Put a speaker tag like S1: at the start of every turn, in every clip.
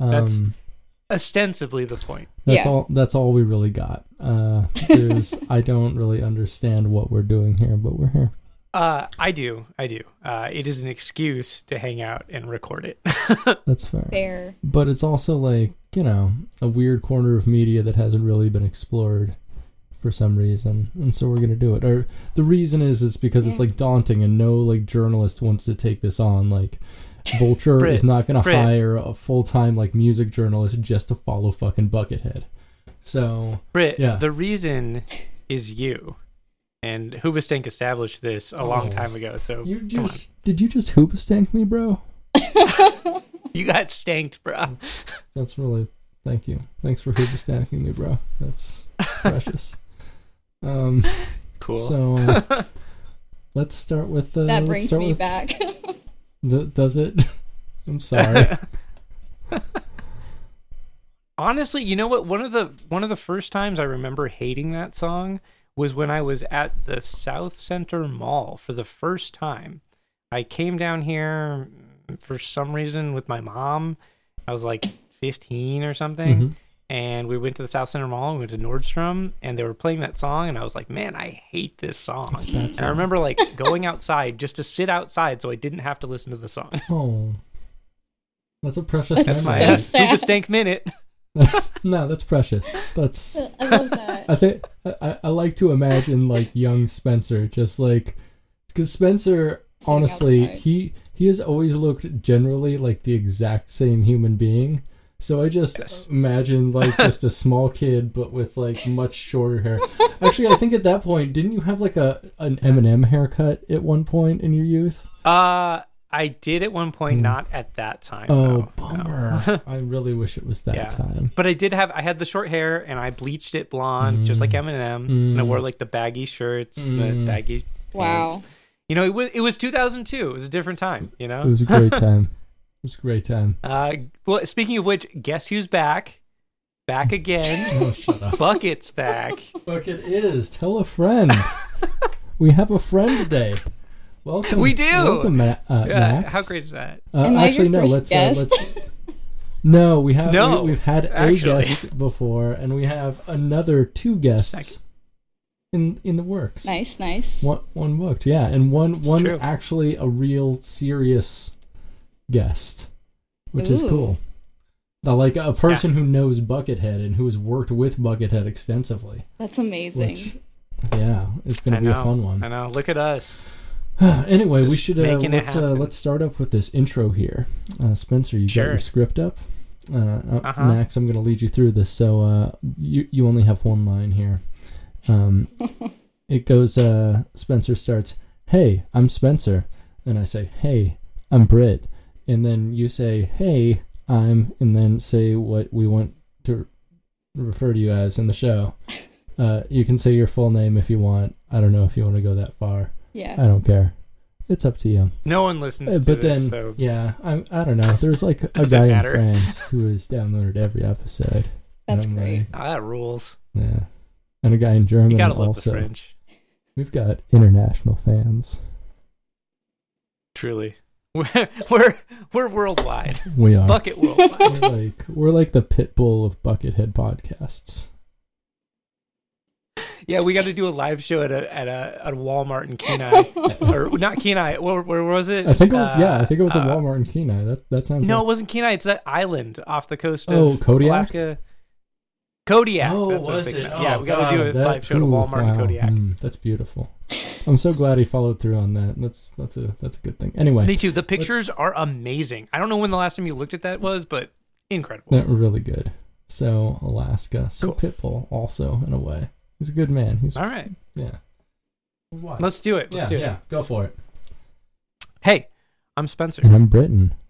S1: That's-
S2: Um,
S1: Ostensibly the point.
S2: That's
S3: Yeah.
S2: all. That's all we really got. Uh, there's. I don't really understand what we're doing here, but we're here.
S1: Uh, I do. I do. Uh, it is an excuse to hang out and record it.
S2: That's fair.
S3: Fair.
S2: But it's also like you know a weird corner of media that hasn't really been explored for some reason, and so we're gonna do it. Or the reason is is because it's
S3: Yeah.
S2: like daunting, and no like journalist wants to take this on. Like Vulture
S1: Brit,
S2: is not gonna
S1: Brit.
S2: hire a full time like music journalist just to follow fucking Buckethead. So
S1: Britt,
S2: Yeah.
S1: the reason is you. And Hoobastank established this a long
S2: Oh.
S1: time ago. So
S2: you
S1: come on.
S2: just did you just hoopa stank me, bro? Uh,
S1: You got stanked, bro.
S2: That's really thank you. Thanks for hoopa stanking me, bro. That's, that's precious. Um.
S1: Cool.
S2: So uh, let's start with the.
S3: That
S2: let's
S3: brings
S2: start
S3: me
S2: with
S3: back.
S2: the- does it? I'm sorry.
S1: Honestly, you know what? One of the one of the first times I remember hating that song was when I was at the South Center Mall for the first time. I came down here for some reason with my mom. I was like 15 or something.
S2: Mhm.
S1: and we went to the South Center Mall. We went to Nordstrom, and they were playing that song, and I was like, "Man, I hate this song."
S2: It's a bad
S1: And I
S2: song.
S1: remember like going outside just to sit outside, so I didn't have to listen to the song.
S2: Oh, that's a precious.
S1: That's my
S2: memory.
S3: So
S1: uh,
S3: sad.
S1: Hoobastank minute.
S2: That's- no, that's precious. That's.
S3: I love that.
S2: I think I- I, I like to imagine like young Spencer, just like because Spencer,
S3: Sitting
S2: honestly,
S3: outside.
S2: he he has always looked generally like the exact same human being. So I just
S1: Yes.
S2: imagine like just a small kid, but with like much shorter hair. Actually, I think at that point, didn't you have like a an Eminem haircut at one point in your youth?
S1: Uh, I did at one point,
S2: Hmm.
S1: not at that time. though.
S2: Oh,
S1: No.
S2: bummer! I really wish it was that
S1: Yeah.
S2: time.
S1: But I did have I had the short hair and I bleached it blonde, just like Eminem, and I
S2: Mm.
S1: wore like the baggy shirts, the
S2: Mm.
S1: baggy.
S3: Wow.
S1: pants. You know, it was it was 2002. It was a different time. You know,
S2: It was a great time. It was a great time.
S1: Uh, well, speaking of which, guess who's back? Back again.
S2: Oh, shut up.
S1: Bucket's back.
S2: Bucket is. Tell a friend. we have a friend today. Welcome.
S1: We do.
S2: Welcome, Ma- uh,
S1: Yeah,
S2: Max.
S1: how great is that?
S2: Uh,
S3: Am I your
S2: actually, no.
S3: first
S2: let's,
S3: guest?
S2: Uh, let's. No, we have.
S1: No,
S2: we, have had
S1: actually.
S2: a guest before, and we have another two guests
S1: Second.
S2: in in the works.
S3: nice, nice.
S2: One one booked, yeah, and one one
S1: true.
S2: actually a real serious guest, which is
S3: Ooh.
S2: cool. Now, like a person who knows Buckethead and who has worked with Buckethead extensively.
S3: That's amazing.
S2: Which- yeah, it's gonna
S1: I
S2: be
S1: know.
S2: a fun one.
S1: I know. Look at us.
S2: anyway, we
S1: Just
S2: should uh,
S1: making it
S2: let's uh,
S1: happen.
S2: let's start up with this intro here. Uh, Spencer, you got
S1: Sure.
S2: your script up. Uh, uh,
S1: Uh-huh.
S2: Max, I'm gonna lead you through this. So uh, you you only have one line here. Um, it goes. Uh, Spencer starts. Hey, I'm Spencer, and I say, Hey, I'm Britt, and then you say, Hey, I'm, and then say what we want to refer to you as in the show. Uh, you can say your full name if you want. I don't know if you want to go that far.
S3: yeah.
S2: I don't care. It's up to you.
S1: No one listens
S2: Uh,
S1: to
S2: but
S1: this,
S2: then,
S1: so
S2: yeah, I, I don't know. There's like a
S1: Doesn't
S2: guy
S1: matter.
S2: in France who has downloaded every episode.
S3: That's
S2: And I'm
S3: great.
S1: ah, that rules.
S2: like, yeah, and a guy in
S1: You
S2: Germany
S1: gotta love the
S2: also.
S1: French.
S2: We've got international fans.
S1: Truly, we're we're we're worldwide.
S2: We are.
S1: Bucket worldwide.
S2: we're like we're like the pit bull of Buckethead podcasts.
S1: yeah, we got to do a live show at a at a at Walmart in Kenai, uh, or not Kenai. Where, where was it?
S2: I think it was yeah. I think it was
S1: a
S2: a Walmart in Kenai. That that sounds
S1: Uh, No, it
S2: right.
S1: wasn't Kenai. It's that island off the coast of
S2: Oh, Kodiak?
S1: Alaska. Kodiak.
S2: Oh,
S1: that's what I'm
S2: was
S1: thinking
S2: it?
S1: of. yeah,
S2: Oh,
S1: we got to do a
S2: God, that-
S1: live show at
S2: ooh,
S1: Walmart
S2: wow.
S1: and Kodiak.
S2: Mm, that's beautiful. I'm so glad he followed through on that. That's that's a that's a good thing. Anyway,
S1: Me too. The pictures are amazing. I don't know when the last time you looked at that was, but incredible.
S2: they're really good. So Alaska, so
S1: Cool.
S2: Pitbull also in a way. He's a good man. He's
S1: All right,
S2: yeah. What?
S1: let's do it. Let's
S2: yeah,
S1: do it.
S2: yeah, go for it.
S1: Hey, I'm Spencer.
S2: And I'm Britain.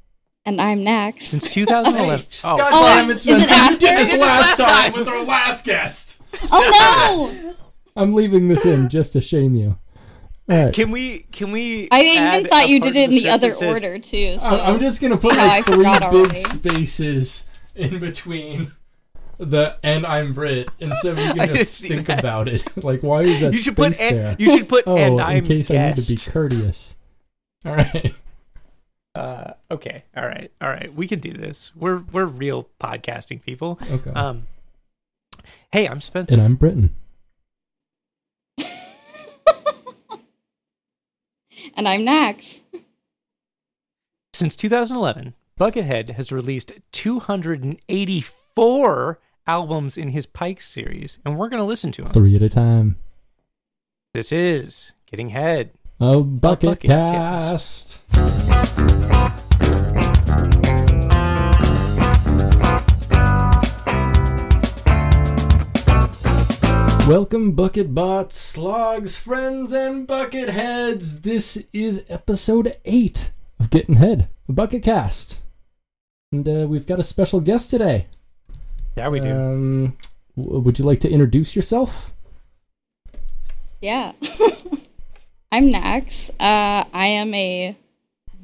S3: And I'm Nax.
S1: Since 2011. oh,
S3: Oh, damn it, is Spencer. it You after? did this
S1: last time
S2: with our last guest.
S3: oh no!
S2: I'm leaving this in just to shame you. All right.
S1: can we? Can we?
S3: I even
S1: add
S3: thought
S1: a
S3: you
S1: part
S3: did it
S1: of
S3: in the
S1: script
S3: other
S1: that says-
S3: order too. So
S2: I- I'm just gonna put
S3: See how
S2: like
S3: I
S2: three big
S3: forgot already.
S2: spaces in between the "and I'm Brit," and so you
S1: I
S2: can
S1: didn't
S2: just
S1: see
S2: think
S1: that.
S2: about it. Like, why is that?
S1: You should put.
S2: space there?
S1: And, you should put.
S2: oh,
S1: and I'm
S2: in case I need to be
S1: guest.
S2: courteous. All right.
S1: Uh, Okay. All right. All right. We can do this. We're we're real podcasting people.
S2: Okay.
S1: Um. Hey, I'm Spencer.
S2: and I'm Britain.
S3: and I'm Nax.
S1: Since 2011, Buckethead has released 284 albums in his Pike series, and we're going to listen to them.
S2: Three at a time.
S1: This is Getting Head.
S2: A bucket,
S1: bucket
S2: cast.
S1: cast.
S2: Welcome, bucket bots, slogs, friends, and bucket heads. This is episode eight of Getting Head, a bucket cast, and uh, we've got a special guest today.
S1: Yeah, Oh, we do.
S2: Um, w- would you like to introduce yourself?
S3: Yeah. I'm Nax. Uh, I am a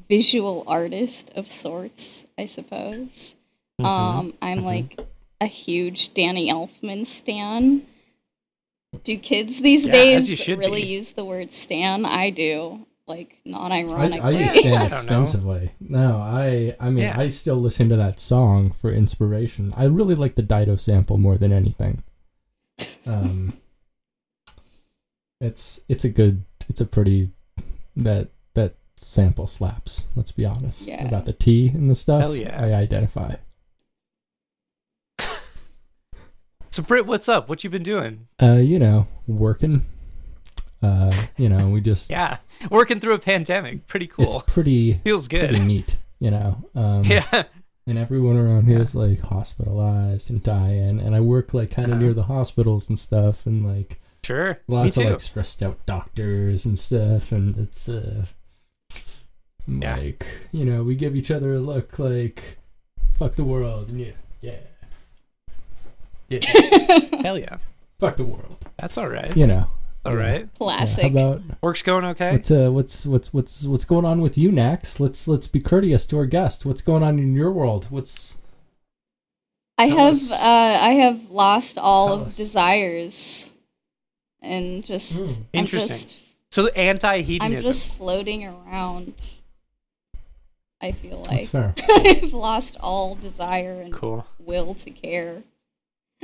S3: visual artist of sorts, I suppose.
S2: Mm-hmm.
S3: Um, I'm like a huge Danny Elfman stan. Do kids these
S1: Yeah, as you
S3: days
S1: should
S3: really
S1: be.
S3: use the word stan? I do, like non
S2: I,
S3: ironically.
S2: I use Stan
S1: I don't know.
S2: extensively. No, I I mean
S1: Yeah.
S2: I still listen to that song for inspiration. I really like the Dido sample more than anything. Um, it's it's a good it's a pretty that that sample slaps. Let's be honest
S3: Yeah.
S2: about the T and the stuff.
S1: Hell yeah.
S2: I identify.
S1: So, Britt, what's up? What you been doing?
S2: Uh, you know, working. Uh, you know, we just
S1: Yeah, working through a pandemic. Pretty
S2: it's
S1: cool.
S2: pretty
S1: Feels
S2: pretty
S1: good.
S2: neat. You know, um,
S1: Yeah.
S2: and everyone around here is like hospitalized and dying and i work like kind of
S1: Uh-huh.
S2: near the hospitals and stuff and like
S1: Sure. Me
S2: lots of
S1: too.
S2: like stressed out doctors and stuff and it's uh I'm
S1: Yeah.
S2: like you know we give each other a look like fuck the world and yeah yeah yeah
S1: Hell yeah.
S2: fuck the world
S1: That's all right.
S2: you know
S1: All right.
S2: yeah,
S3: Classic.
S2: how about
S1: Work's going okay.
S2: what's uh what's what's what's what's going on with you next let's let's be courteous to our guest what's going on in your world what's
S3: I
S2: Tell
S3: have
S2: us.
S3: uh, I have lost all
S2: Tell
S3: of
S2: us.
S3: desires, and just
S2: Mm.
S3: I'm
S1: Interesting.
S3: just
S1: So, anti
S3: I'm
S1: hedonism.
S3: just floating around. I feel
S2: that's fair
S3: like I've lost all desire and
S1: Cool.
S3: will to care.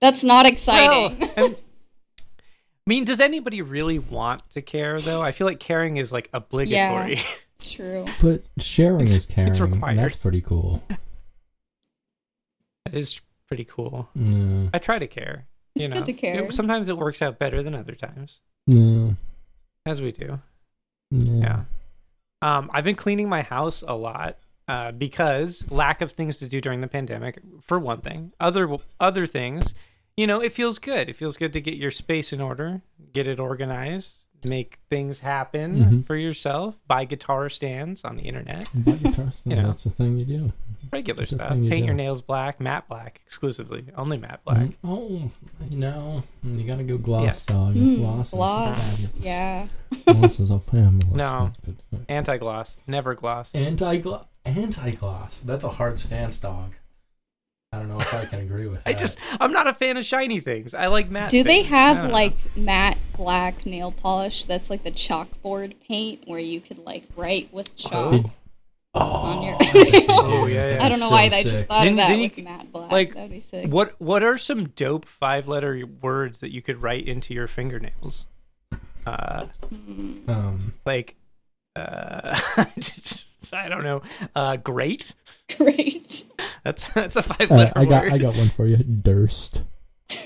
S3: That's not exciting.
S1: Well, I mean, does anybody really want to care though? I feel like caring is like obligatory.
S3: It's True.
S2: But sharing
S1: It's-
S2: is
S1: it's
S2: caring. and
S1: required.
S2: That's pretty cool.
S1: that is pretty cool.
S2: No,
S1: I try to care. you
S3: It's
S1: know?
S3: good to care.
S1: It- sometimes it works out better than other times,
S2: no,
S1: as we do.
S2: no.
S1: Yeah. Um, I've been cleaning my house a lot uh, because lack of things to do during the pandemic, for one thing. Other other things, you know, it feels good. It feels good to get your space in order, get it organized, make things happen
S2: Mhm.
S1: for yourself. Buy guitar stands on the internet,
S2: Buy guitars.
S1: You
S2: no,
S1: know.
S2: That's the thing you do.
S1: regular
S2: It's a
S1: stuff.
S2: thing you
S1: Paint
S2: do.
S1: your nails black, matte black exclusively, only matte black.
S2: Mm, Oh, you know, you gotta go gloss,
S1: Yes.
S2: dog.
S3: Mm,
S2: gloss.
S3: Gloss.
S2: Is
S3: Yeah.
S2: gloss is a family.
S1: No. Anti gloss, never gloss.
S2: Anti gloss. Anti gloss. That's a hard stance, dog. I don't know if I can agree with that.
S1: I just, I'm not a fan of shiny things. I like matte.
S3: Do they
S1: things. I
S3: have
S1: don't know.
S3: like matte black nail polish that's like the chalkboard paint where you could like write with chalk
S2: Oh. Did-
S3: on your
S1: Oh, yeah, yeah.
S3: I don't know
S2: So
S3: why I just
S2: sick.
S3: thought
S1: Then-
S3: of that
S1: then you
S3: with
S1: c-
S3: matte black.
S1: like,
S3: That'd be sick.
S1: What what are some dope five letter words that you could write into your fingernails? Uh,
S3: Hmm.
S2: Um,
S1: like, uh, I don't know. Uh, great.
S3: Great.
S1: That's that's a five
S2: uh,
S1: letter
S2: I got,
S1: word.
S2: I got one for you. Durst.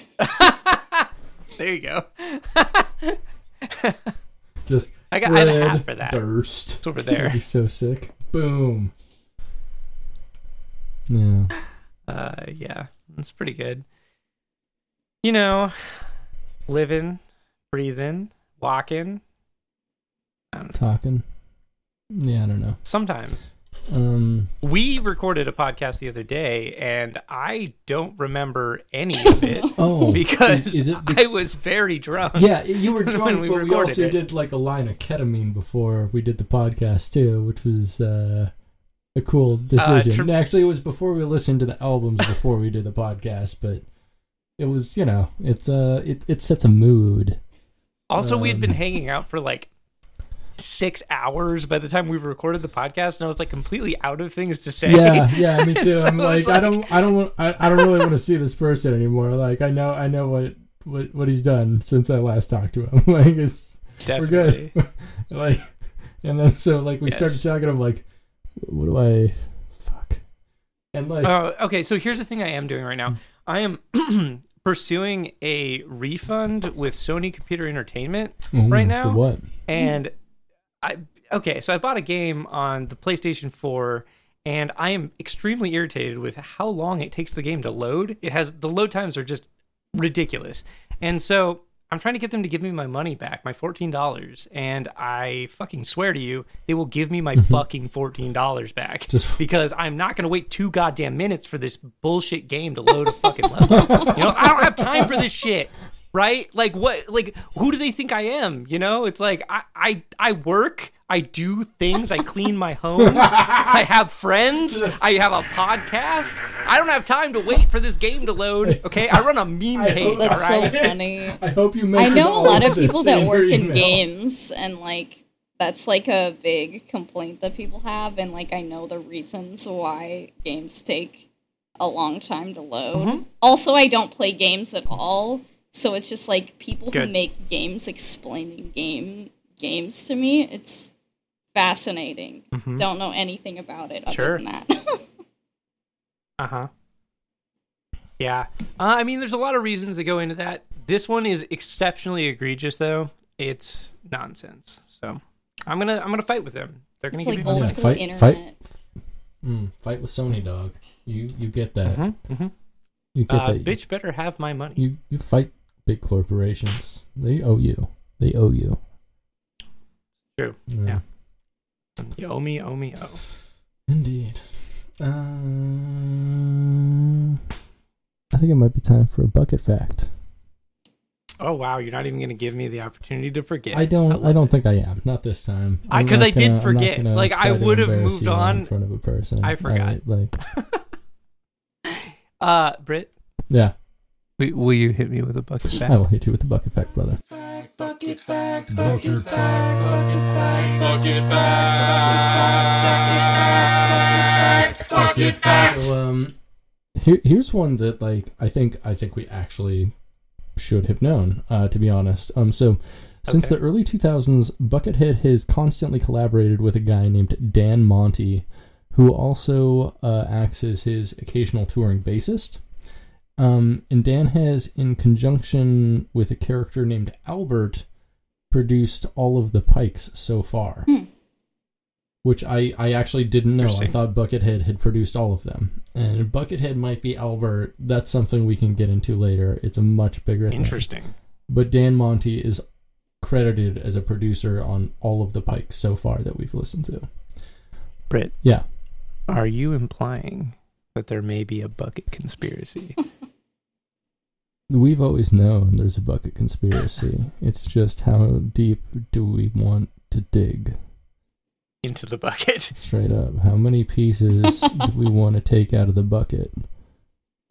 S1: There you go.
S2: Just.
S1: I got- I had a
S2: red
S1: hat for that.
S2: Durst.
S1: It's over
S2: That'd
S1: there.
S2: be so sick. Boom. No.
S1: Uh, yeah, that's pretty good. You know, living, breathing, walking.
S2: Talking. Yeah, I don't know.
S1: Sometimes
S2: Um
S1: we recorded a podcast the other day, and I don't remember any of it.
S2: Oh
S1: because
S2: is, is it be-
S1: I was very drunk.
S2: Yeah, you were drunk,
S1: when we
S2: but we
S1: recorded
S2: also
S1: it.
S2: did like a line of ketamine before we did the podcast too, which was uh a cool decision.
S1: Uh, tr-
S2: And Actually, it was before we listened to the albums before we did the podcast, but it was, you know, it's uh it, it sets a mood.
S1: Also, we had been
S2: Um,
S1: hanging out for like six hours by the time we recorded the podcast, and I was like completely out of things to say.
S2: Yeah, yeah, me too.
S1: So
S2: I'm
S1: it was
S2: like, I don't, I don't, want, I, I don't really want to see this person anymore. Like, I know, I know what, what, what he's done since I last talked to him. like, it's
S1: definitely.
S2: we're good. like, and then so like we
S1: Yes.
S2: started talking. I'm like, what do I, fuck, and like,
S1: Uh, okay, so here's the thing I am doing right now. I am pursuing a refund with Sony Computer Entertainment right
S2: ooh,
S1: now-
S2: for what?
S1: and I okay, so I bought a game on the PlayStation 4 and I am extremely irritated with how long it takes the game to load. It has the load times are just ridiculous. And so I'm trying to get them to give me my money back, my $14, and I fucking swear to you, they will give me my fucking $14 back
S2: Just-
S1: because I'm not going to wait 2 goddamn minutes for this bullshit game to load a fucking level. you know, I don't have time for this shit right like what like who do they think i am you know it's like i i, I work i do things i clean my home i have friends i have a podcast i don't have time to wait for this game to load okay i run a meme
S2: I
S1: page
S2: hope-
S1: all
S3: That's
S1: right
S3: so funny.
S2: I hope you.
S3: I
S2: mentioned
S3: know a
S2: all
S3: lot of
S2: this
S3: people that
S2: your
S3: work in
S2: email.
S3: games, and like that's like a big complaint that people have, and like I know the reasons why games take a long time to load. Also, I don't play games at all, so it's just like people
S1: Good.
S3: who make games explaining game games to me. It's fascinating. Don't know anything about it other
S1: Sure.
S3: than that.
S1: uh-huh yeah uh, i mean there's a lot of reasons that go into that this one is exceptionally egregious though it's nonsense so i'm gonna i'm gonna fight with them they're gonna
S3: it's
S1: give
S3: like
S1: me
S3: old
S2: Yeah,
S3: school
S2: fight- fight.
S3: internet.
S2: Mm, fight with Sony, dog. You you get that.
S1: Mhm, mhm.
S2: You get
S1: Uh,
S2: that.
S1: bitch better have my money
S2: You you fight big corporations. They owe you. They owe you.
S1: True. Yeah. you owe me owe me owe
S2: Indeed. Uh, Um, I think it might be time for a bucket fact.
S1: Oh wow, you're not even going to give me the opportunity to forget.
S2: I don't.
S1: love
S2: I, don't think I am. Not this time.
S1: I-
S2: I'm
S1: 'cause
S2: not
S1: I did
S2: gonna- I'm not
S1: forget.
S2: gonna
S1: Like, I
S2: try to
S1: would've
S2: embarrass
S1: moved
S2: you in
S1: on.
S2: front of a person.
S1: I forgot.
S2: like
S1: uh, Britt,
S2: yeah,
S1: will you hit me with a bucket
S2: I will hit you with the bucket fact, brother. So, um, here, here's one that like I think I think we actually should have known. Uh, to be honest, um, so since
S1: Okay.
S2: the early 2000s, Buckethead has constantly collaborated with a guy named Dan Monty, who also uh, acts as his occasional touring bassist. Um, and Dan has, in conjunction with a character named Albert, produced all of the Pikes so far.
S3: Hmm.
S2: Which I, I actually didn't know. I
S1: Interesting.
S2: thought Buckethead had produced all of them. And if Buckethead might be Albert. That's something we can get into later. It's a much bigger thing.
S1: Interesting.
S2: But Dan Monty is credited as a producer on all of the Pikes so far that we've listened to.
S1: Britt,
S2: Yeah.
S1: are you implying that there may be a bucket conspiracy?
S2: We've always known there's a bucket conspiracy. it's just how deep do we want to dig?
S1: Into the bucket.
S2: Straight up. How many pieces do we want to take out of the bucket?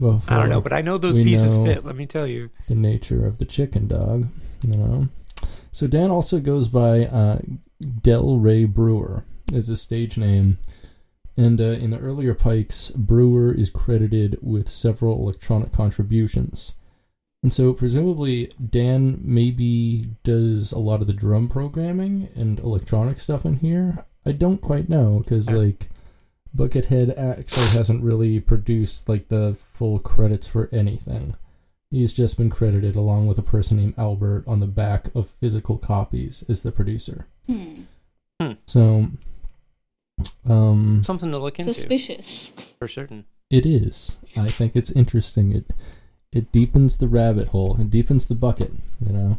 S1: I don't
S2: before
S1: know, but I know those
S2: we
S1: pieces
S2: know-
S1: fit, let me tell you.
S2: the nature of the chicken dog, you know. So Dan also goes by uh, Del Rey Brewer as his stage name, and uh, in the earlier Pikes, Brewer is credited with several electronic contributions, and so presumably Dan maybe does a lot of the drum programming and electronic stuff in here. I don't quite know because
S1: Sure.
S2: like. Buckethead actually hasn't really produced like the full credits for anything. He's just been credited along with a person named Albert on the back of physical copies as the producer.
S3: Hmm.
S2: So, um,
S1: Something to look into
S3: Suspicious.
S1: for certain.
S2: it is. I think it's interesting. It it deepens the rabbit hole. It deepens the bucket. You know,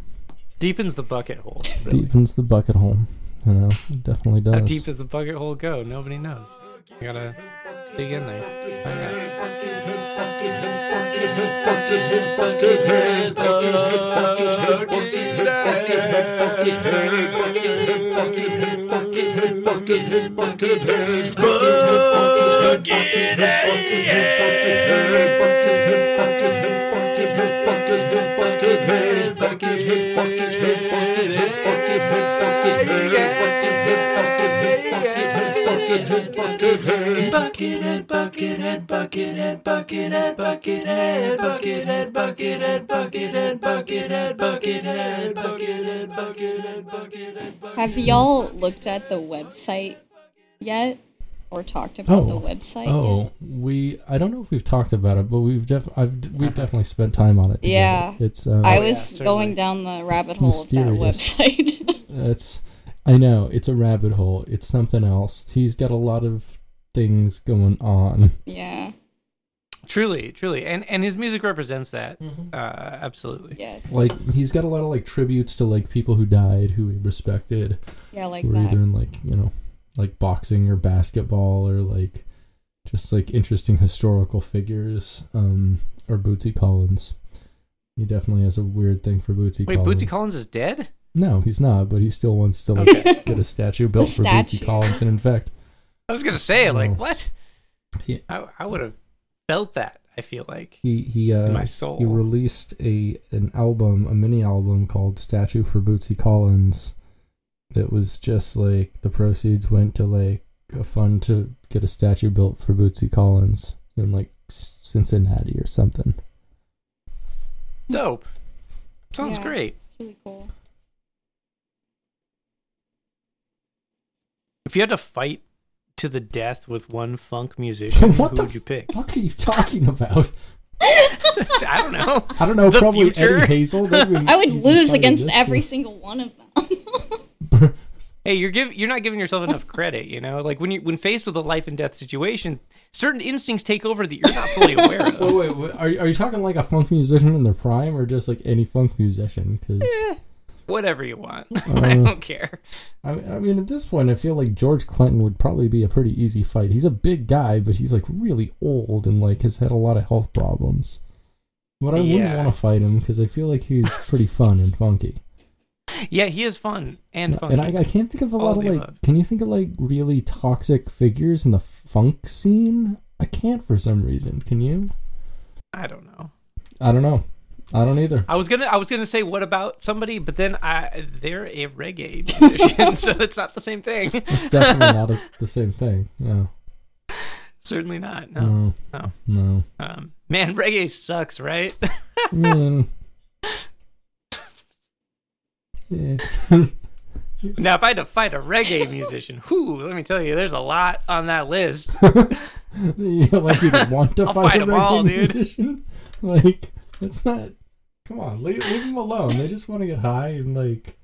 S1: Deepens the bucket hole. Really.
S2: deepens the bucket hole. You know, it definitely does.
S1: How deep does the bucket hole go? Nobody knows. You gotta dig in there. Find out.
S4: Buckethead, Buckethead, Buckethead, Buckethead, Buckethead, Buckethead, Buckethead, Buckethead, Buckethead, Buckethead, Buckethead, Buckethead, Buckethead, Buckethead, Buckethead, Buckethead, Buckethead, Buckethead, Buckethead, Buckethead, Buckethead.
S3: Have y'all looked at the website yet, or talked about the website? yet?
S2: Oh, we. I don't know if we've talked about it, but we've def. I've, d-
S1: Uh-huh.
S2: we've definitely spent time on it. together.
S3: Yeah.
S2: It's. Uh,
S3: I was
S1: certainly.
S3: going down the rabbit hole of that
S2: Mysterious.
S3: website.
S2: It's. I know it's a rabbit hole. It's something else. He's got a lot of things going on.
S3: yeah.
S1: Truly, truly, and and his music represents that. Uh, absolutely.
S3: Yes.
S2: Like he's got a lot of like tributes to like people who died who he respected.
S3: yeah, like
S2: who were
S3: that.
S2: either in like you know like boxing or basketball or like just like interesting historical figures um or bootsy collins he definitely has a weird thing for bootsy
S1: Wait,
S2: collins
S1: Bootsy Collins is dead?
S2: no he's not but he still wants to like get a statue built for
S3: statue.
S2: bootsy collins and in fact
S1: I was gonna say like
S2: No.
S1: what?
S2: Yeah.
S1: I I would have felt that. I feel like
S2: he he uh
S1: in my soul.
S2: he released a an album a mini album called statue for bootsy collins that was just like the proceeds went to like a fund to get a statue built for bootsy collins in like C- cincinnati or something
S1: Dope. Sounds
S3: Yeah.
S1: great.
S3: It's really cool.
S1: If you had to fight to the death with one funk musician, who
S2: What the
S1: would you pick?
S2: what are you talking about
S1: I don't know.
S2: i don't know
S1: The
S2: probably
S1: future?
S2: eddie hazel They've been-
S3: I would
S2: he's
S3: lose
S2: decided
S3: against
S2: this
S3: every
S2: for-
S3: single one of them.
S1: Hey, you're give you're not giving yourself enough credit, you know? Like when you when faced with a life and death situation, certain instincts take over that you're not fully aware of.
S2: Wait, Oh, wait, wait, are, you- are you talking like a funk musician in their prime or just like any funk musician? Because
S1: Whatever you want. I
S2: Um,
S1: don't care.
S2: I, I mean, at this point, I feel like George Clinton would probably be a pretty easy fight. He's a big guy, but he's like really old and like has had a lot of health problems. But I wouldn't
S1: Yeah.
S2: want to fight him because I feel like he's pretty fun and funky.
S1: Yeah, he is fun and funky.
S2: And I, I can't think of a
S1: All
S2: lot
S1: of
S2: of
S1: the
S2: like.
S1: above.
S2: Can you think of like really toxic figures in the funk scene? I can't for some reason. Can you?
S1: I don't know.
S2: I don't know. I don't either.
S1: I was gonna I was gonna say what about somebody, but then I they're a reggae musician, so it's not the same thing.
S2: It's definitely not a, the same thing. No.
S1: Certainly not. No.
S2: No.
S1: No.
S2: No.
S1: Um, man, reggae sucks, right?
S2: I mean. Yeah.
S1: now, if I had to fight a reggae musician, whoo, let me tell you, there's a lot on that list.
S2: Yeah, like you would want to
S1: I'll
S2: fight
S1: fight
S2: a
S1: 'em
S2: reggae
S1: all, dude.
S2: musician. Like that's not. Come on, leave, leave them alone. They just want to get high and like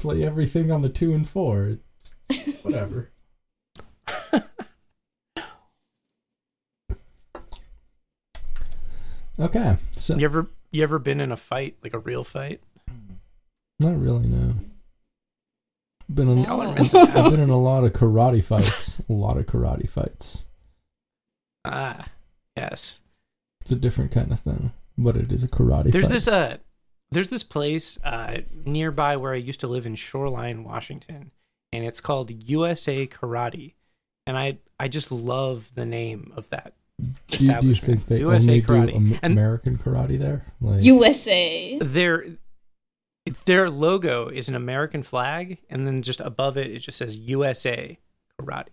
S2: play everything on the two and four. It's, whatever. okay, so
S1: You ever you ever been in a fight, like a real fight?
S2: not really. No, been in,
S1: Y'all are
S3: No.
S1: missing
S2: I've
S1: out.
S2: been in a lot of karate fights. a lot of karate fights.
S1: Ah, yes.
S2: It's a different kind of thing, but it is a karate.
S1: There's
S2: fight.
S1: this uh, there's this place uh nearby where I used to live in Shoreline, Washington, and it's called USA Karate, and I I just love the name of that
S2: Do you, do you
S1: establishment.
S2: think they
S1: USA
S2: only
S1: Karate.
S2: do Am-
S1: And-
S2: American karate there? Like,
S3: USA.
S1: their their logo is an American flag, and then just above it, it just says USA Karate.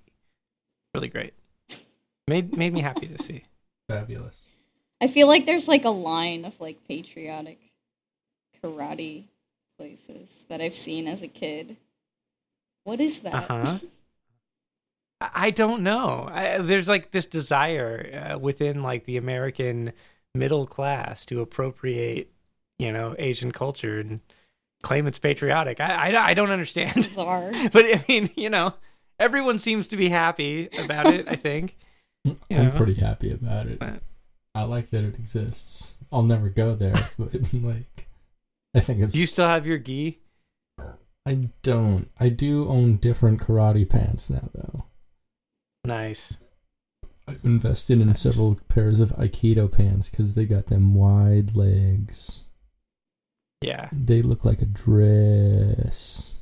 S1: Really great. Made made me happy to see.
S2: fabulous.
S3: I feel like there's like a line of like patriotic karate places that I've seen as a kid. What is that?
S1: Uh-huh. I I don't know. I, there's like this desire uh, within like the American middle class to appropriate, you know, Asian culture and claim it's patriotic. I I, I don't understand.
S3: Bizarre.
S1: but I mean, you know, everyone seems to be happy about it. I think. You
S2: I'm
S1: know?
S2: pretty happy about it.
S1: But-
S2: I like that it exists. I'll never go there, but like, I think it's.
S1: Do you still have your gi?
S2: I don't. I do own different karate pants now, though.
S1: Nice.
S2: I've invested in several pairs of aikido pants because they got them wide legs.
S1: Yeah.
S2: They look like a dress.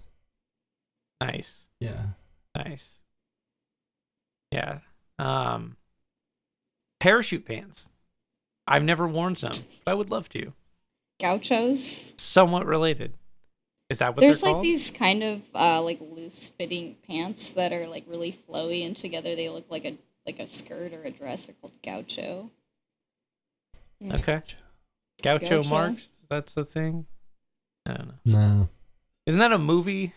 S1: Nice.
S2: Yeah.
S1: Nice. Yeah. Um parachute pants. I've never worn some, but I would love to.
S3: Gauchos.
S1: Somewhat related. Is that what
S3: There's
S1: they're
S3: like
S1: called?
S3: these kind of uh, like loose fitting pants that are like really flowy and together they look like a like a skirt or a dress. They're called gaucho. Yeah.
S1: okay. Gaucho,
S3: Gaucho.
S1: marks. That's the thing. I don't know.
S2: Nah.
S1: Isn't that a movie?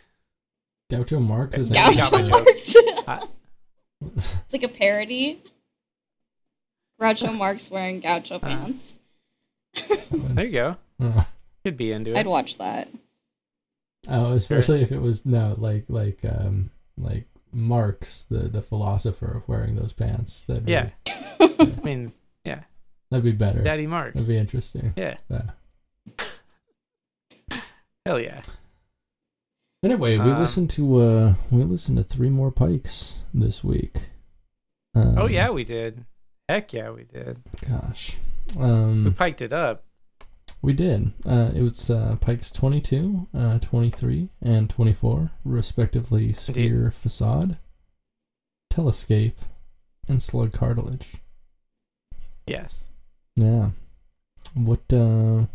S2: Gaucho Marx is
S1: Gaucho
S3: Gaucho
S1: Gaucho.
S3: Marx.
S1: I-
S3: it's like a parody. Groucho Marx wearing gaucho
S1: Uh-huh.
S3: pants.
S1: There you go.
S2: Uh,
S1: Could be into it.
S3: I'd watch that.
S2: oh, especially if it was no, like like um like Marx, the the philosopher, wearing those pants. That
S1: Yeah. I mean,
S2: that'd be better.
S1: Daddy Marks.
S2: That'd be interesting.
S1: Yeah.
S2: Yeah.
S1: Hell yeah.
S2: Anyway, we
S1: Um,
S2: listened to uh we listened to three more pikes this week. Um,
S1: Oh yeah, we did. Heck yeah, we did.
S2: gosh,
S1: We
S2: um,
S1: piked it up.
S2: we did. Uh, it was uh, pikes 22, uh, 23, and 24, respectively. Sphere facade, telescape, and slug cartilage.
S1: Yes.
S2: Yeah. What? Uh,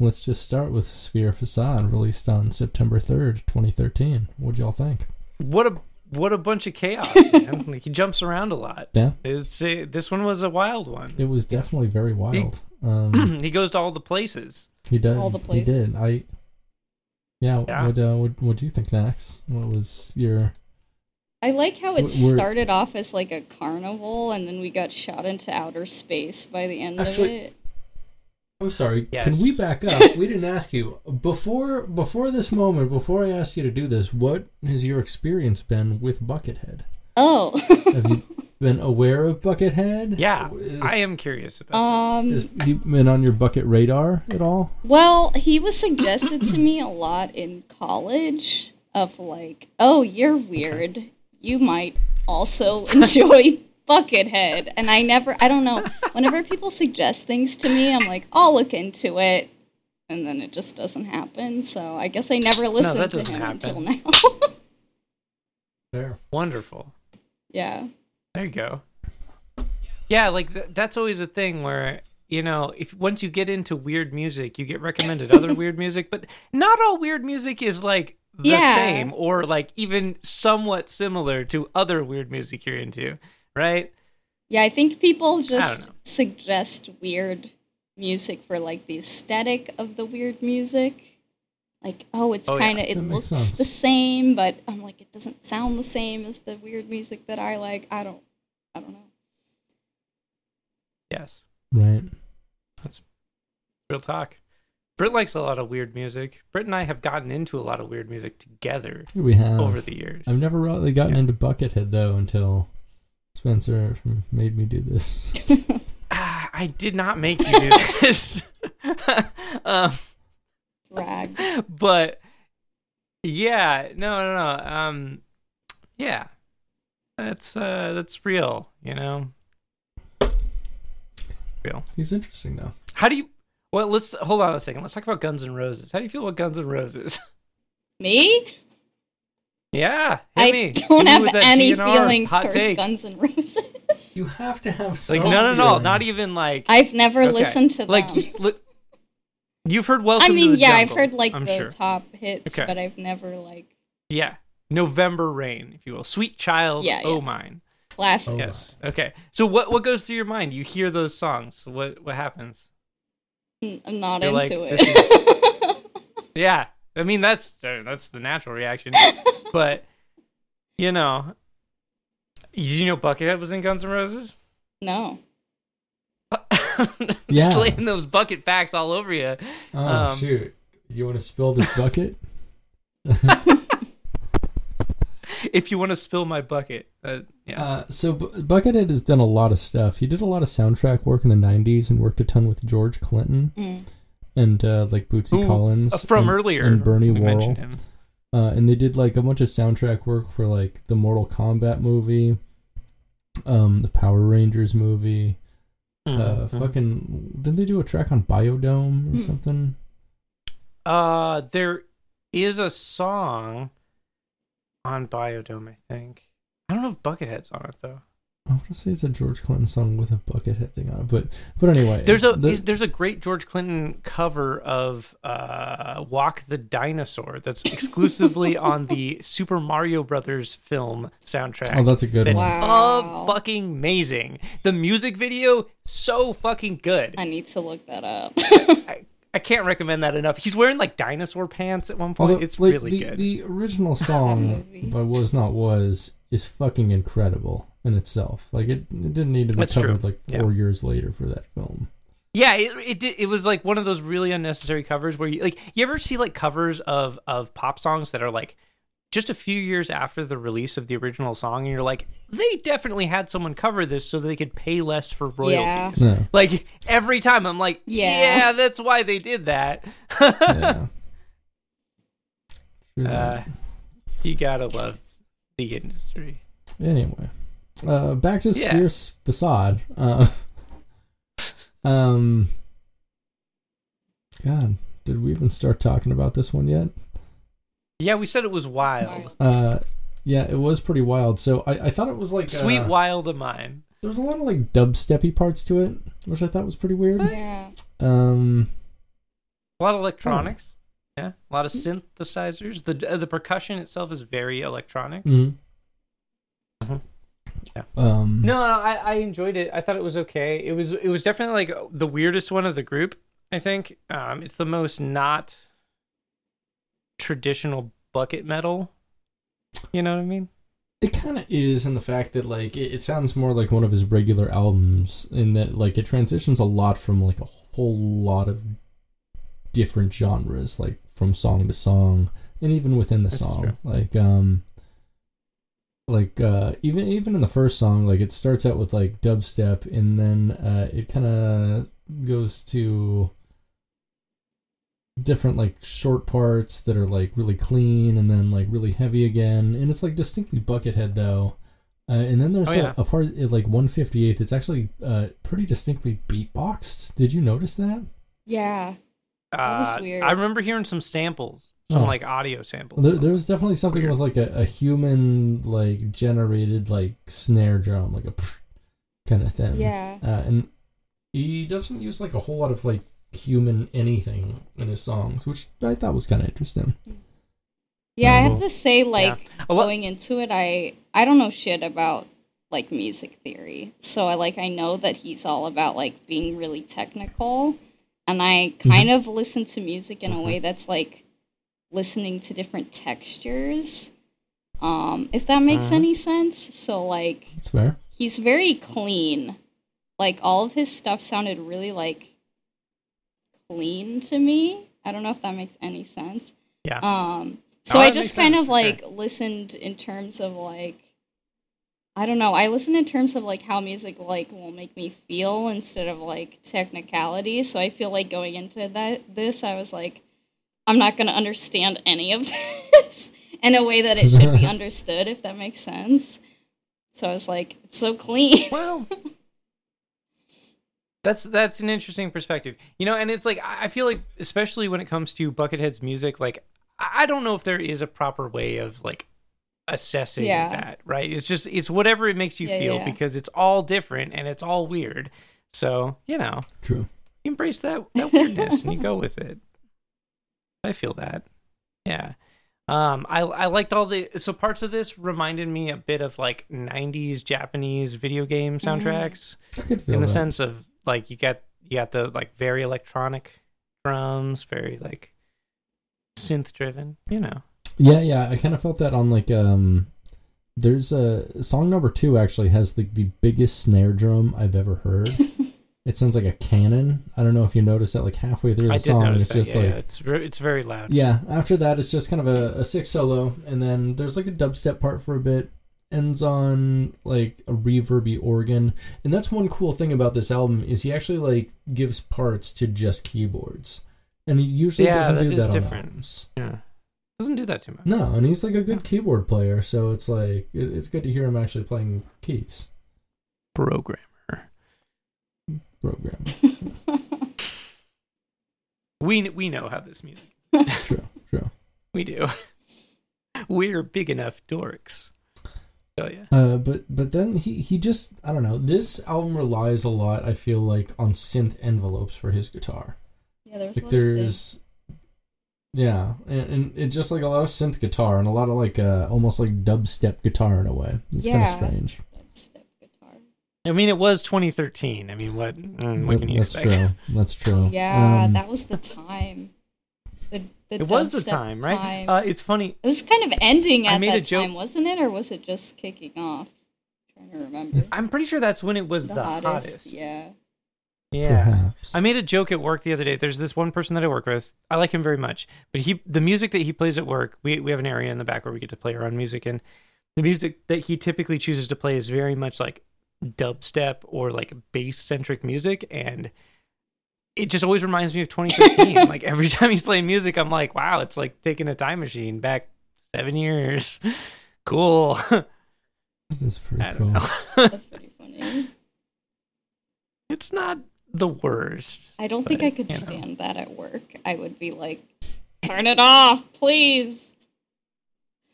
S2: let's just start with sphere facade, released on September 3rd, 2013. What'd y'all think?
S1: What a what a bunch of chaos, man. like he jumps around a lot.
S2: Yeah,
S1: It's uh, this one was a wild one.
S2: it was definitely very wild. Um,
S1: he goes to all the places.
S2: He did.
S3: All the
S2: He did. I. Yeah.
S1: Yeah.
S2: What uh, what what do you think, Max? What was your?
S3: I like how it
S2: W- we're-
S3: started off as like a carnival, and then we got shot into outer space by the end
S2: Actually-
S3: of it.
S2: I'm sorry. Can
S1: Yes.
S2: we back up? we didn't ask you before before this moment. Before I asked you to do this, what has your experience been with Buckethead?
S3: Oh,
S2: Have you been aware of Buckethead?
S1: Yeah.
S2: Oh, Is-
S1: I am curious about
S3: um,
S2: Has he been on your bucket radar at all?
S3: well, he was suggested to me a lot in college of like, oh, you're weird. You might also enjoy Buckethead, and I never, I don't know. Whenever people suggest things to me, I'm like, I'll look into it, and then it just doesn't happen. So I guess I never listened to
S1: doesn't
S3: him
S1: happen.
S3: until now.
S2: There.
S1: Wonderful.
S3: yeah.
S1: There you go. Yeah, like th- that's always a thing where you know if once you get into weird music, you get recommended other weird music, but not all weird music is like the
S3: Yeah.
S1: same or like even somewhat similar to other weird music you're into, right?
S3: Yeah, I think people
S1: know.
S3: just suggest weird music for like the aesthetic of the weird music. Like, oh, it's
S1: Oh, yeah.
S3: kind of,
S2: That
S3: it looks
S2: makes sense.
S3: the same, but I'm like, it doesn't sound the same as the weird music that I like. I don't, I don't know.
S1: Yes,
S2: Right.
S1: real talk. Britt likes a lot of weird music. Britt and I have gotten into a lot of weird music together
S2: Here we have.
S1: over the years.
S2: I've never really gotten
S1: Yeah.
S2: into Buckethead though until Spencer made me do this.
S1: Ah, I did not make you do this. um,
S3: Drag.
S1: but yeah, no, no, no. Um, yeah, that's uh, that's real. You know, real.
S2: He's interesting though.
S1: How do you? Well, let's hold on a second. Let's talk about Guns N' Roses. How do you feel about Guns N' Roses?
S3: Me?
S1: yeah, hit
S3: I
S1: me. Hit
S3: don't
S1: me
S3: have
S1: with that
S3: any
S1: GNR
S3: feelings
S1: hot
S3: towards
S1: take.
S3: Guns N' Roses.
S2: You have to have
S1: Like no, no, no, not e- even like.
S3: I've never
S1: okay.
S3: listened to them.
S1: like. Li- you've heard Welcome.
S3: I
S1: to
S3: mean,
S1: the
S3: yeah, I've
S1: Jungle,
S3: heard like
S1: I'm
S3: the
S1: sure.
S3: top hits,
S1: Okay.
S3: but I've never like
S1: Yeah, November Rain, if you will. Sweet Child,
S3: Yeah,
S1: oh
S3: yeah.
S1: mine.
S3: classic.
S2: Oh.
S1: Yes. Okay. So what what goes through your mind? You hear those songs. What what happens?
S2: Oh.
S3: N- I'm not
S1: You're like,
S3: into
S1: this
S3: it.
S1: Yeah. I mean that's uh, that's the natural reaction. but you know, you know Buckethead was in Guns N' Roses.
S3: no.
S2: Yeah.
S1: Slaying those bucket facts all over you.
S2: Oh
S1: Um,
S2: shoot! You want to spill this bucket?
S1: If you want to spill my bucket, uh, yeah.
S2: Uh, so B- Buckethead has done a lot of stuff. He did a lot of soundtrack work in the '90s and worked a ton with George Clinton
S3: Mm.
S2: and uh, like Bootsy
S1: Who,
S2: Collins
S1: Uh, From
S2: and,
S1: earlier,
S2: and Bernie
S1: we
S2: Worrell.
S1: mentioned him.
S2: Uh, and they did like a bunch of soundtrack work for like the Mortal Kombat movie, um, the Power Rangers movie. Uh,
S1: Mhm.
S2: fucking didn't they do a track on Biodome or
S3: Hmm.
S2: something?
S1: Uh, there is a song on Biodome, I think. I don't know if Buckethead's on it though.
S2: I want to say it's a George Clinton song with a Buckethead thing on it, but but anyway,
S1: There's a
S2: the-
S1: is- there's a great George Clinton cover of uh, "Walk the Dinosaur" that's exclusively on the Super Mario Brothers film soundtrack.
S2: oh, that's a good
S1: that's
S2: one.
S3: Wow.
S1: fucking amazing. The music video so fucking good.
S3: I need to look that up.
S1: I, I can't recommend that enough. He's wearing like dinosaur pants at one point.
S2: Although,
S1: it's
S2: like,
S1: really
S2: the,
S1: good.
S2: The original song
S3: movie.
S2: by Was Not Was is fucking incredible in itself. Like it, it didn't need to be
S1: That's
S2: covered
S1: true.
S2: like four years later for that film.
S1: Yeah, it, it did- it was like one of those really unnecessary covers where you like you ever see like covers of of pop songs that are like just a few years after the release of the original song and you're like they definitely had someone cover this so they could pay less for
S3: Yeah.
S1: royalties.
S2: No,
S1: Like every time I'm like yeah.
S3: Yeah.
S1: that's why they did that.
S2: yeah. True
S1: uh,
S2: that.
S1: you got to love the industry.
S2: anyway, uh, back to
S1: Yeah.
S2: Sphere's facade. Uh, um, God, did we even start talking about this one yet?
S1: Yeah, we said it was wild.
S2: Uh, yeah, it was pretty wild. So I, I thought it was like
S1: Sweet
S2: uh,
S1: wild of mine.
S2: There was a lot of like dubsteppy parts to it, which I thought was pretty weird.
S3: Yeah.
S2: Um,
S1: A lot of electronics. Yeah, a lot of synthesizers. The uh, the percussion itself is very electronic.
S2: mm.
S1: Mhm. Yeah.
S2: Um,
S1: No, no, I, I enjoyed it. I thought it was okay. It was it was definitely like the weirdest one of the group. I think um, it's the most not traditional bucket metal. You know what I mean?
S2: it kind of is in the fact that like it, it sounds more like one of his regular albums in that like it transitions a lot from like a whole lot of different genres, like from song to song, and even within the
S1: This is true.
S2: song, like um, like uh, even even in the first song, like it starts out with like dubstep, and then uh, it kind of goes to different like short parts that are like really clean and then like really heavy again and it's like distinctly buckethead though uh, and then there's
S1: Oh,
S2: a-
S1: yeah.
S2: a, part at like 158 that's actually uh, pretty distinctly beatboxed did you notice that
S3: Yeah.
S1: Uh,
S3: was weird.
S1: I remember hearing some samples, some
S2: Oh.
S1: like audio samples.
S2: There, there was definitely something
S1: Weird.
S2: with like a, a human like generated like snare drum, like a kind of thing.
S3: Yeah.
S2: Uh, and he doesn't use like a whole lot of like human anything in his songs, which I thought was kind of interesting.
S3: Yeah, I have
S2: Well,
S3: to say, like,
S1: A lot-
S3: going into it, I I don't know shit about like music theory. So I like I know that he's all about like being really technical, and I
S1: Mm-hmm.
S3: kind of listen to music in a way that's like listening to different textures. Um, if that makes
S1: Uh-huh.
S3: any sense. So like
S2: That's fair.
S3: he's very clean. Like all of his stuff sounded really like clean to me. I don't know if that makes any sense.
S1: Yeah.
S3: Um so
S1: No,
S3: I
S1: that
S3: just
S1: makes
S3: kind
S1: sense,
S3: of
S1: for sure.
S3: like listened in terms of like I don't know. I listen in terms of like how music like will make me feel instead of like technicality. So I feel like going into that this I was like I'm not going to understand any of this in a way that it should be understood if that makes sense. So I was like, it's so clean.
S1: well that's that's an interesting perspective you know and it's like i I feel like especially when it comes to buckethead's music like i I don't know if there is a proper way of like assessing
S3: Yeah.
S1: that right it's just it's whatever it makes you
S3: Yeah,
S1: feel
S3: yeah.
S1: because it's all different and it's all weird so you know
S2: True.
S1: you embrace that, that weirdness and you go with it. I feel that. Yeah. Um, I I liked all the so parts of this reminded me a bit of like '90s Japanese video game soundtracks
S2: I could feel
S1: in the
S2: that.
S1: sense of like you got you got the like very electronic drums, very like synth driven. You know,
S2: Yeah, yeah. I kind of felt that on like um, there's a song number two actually has like the biggest snare drum I've ever heard. it sounds like a cannon. I don't know if you noticed that. Like halfway through the
S1: I did
S2: song,
S1: notice
S2: it's
S1: that.
S2: just
S1: yeah,
S2: like
S1: yeah, it's re- it's very loud.
S2: Yeah, after that, it's just kind of a, a six solo, and then there's like a dubstep part for a bit, ends on like a reverby organ, and that's one cool thing about this album is he actually like gives parts to just keyboards, and he usually
S1: Yeah,
S2: doesn't
S1: that
S2: do
S1: is
S2: that on
S1: different.
S2: albums.
S1: Yeah. Doesn't do that too much.
S2: No, and he's like a good keyboard player, so it's like it, it's good to hear him actually playing keys.
S1: Program.
S2: Program,
S1: We kn- we know how this music.
S2: true, true.
S1: We do. We're big enough dorks. feel you.
S2: Uh, but but then he he just I don't know. This album relies a lot. I feel like on synth envelopes for his guitar.
S3: Yeah, there was
S2: Like
S3: a lot of synth.
S2: there's, yeah, and, and it just like a lot of synth guitar and a lot of like uh, almost like dubstep guitar in a way. It's
S3: Yeah.
S2: kind of strange.
S3: Dubstep guitar.
S1: I mean, it was 2013. I mean, what mm, what
S2: Th-
S1: can you
S2: That's
S1: expect?
S2: true. That's true.
S3: Yeah,
S2: Um,
S3: that was the time. The, the
S1: It was the
S3: dubstep
S1: time, right? Uh, it's funny.
S3: it was kind of ending
S1: I
S3: at
S1: made a
S3: that
S1: joke-
S3: time, wasn't it? Or was it just kicking off? trying to remember.
S1: I'm pretty sure that's when it was the,
S3: Yeah.
S1: Yeah.
S2: Perhaps.
S1: I made a joke at work the other day. There's this one person that I work with. I like him very much, but he the music that he plays at work, we we have an area in the back where we get to play our own music and the music that he typically chooses to play is very much like dubstep or like bass centric music and it just always reminds me of 2013. like every time he's playing music, I'm like, wow, it's like taking a time machine back 7 years. Cool.
S2: That's
S1: I
S2: pretty
S1: don't
S2: cool.
S1: know.
S3: That's pretty funny.
S1: it's not the worst.
S3: I don't
S1: but,
S3: think I could
S1: you know.
S3: stand that at work. I would be like, turn it off, please.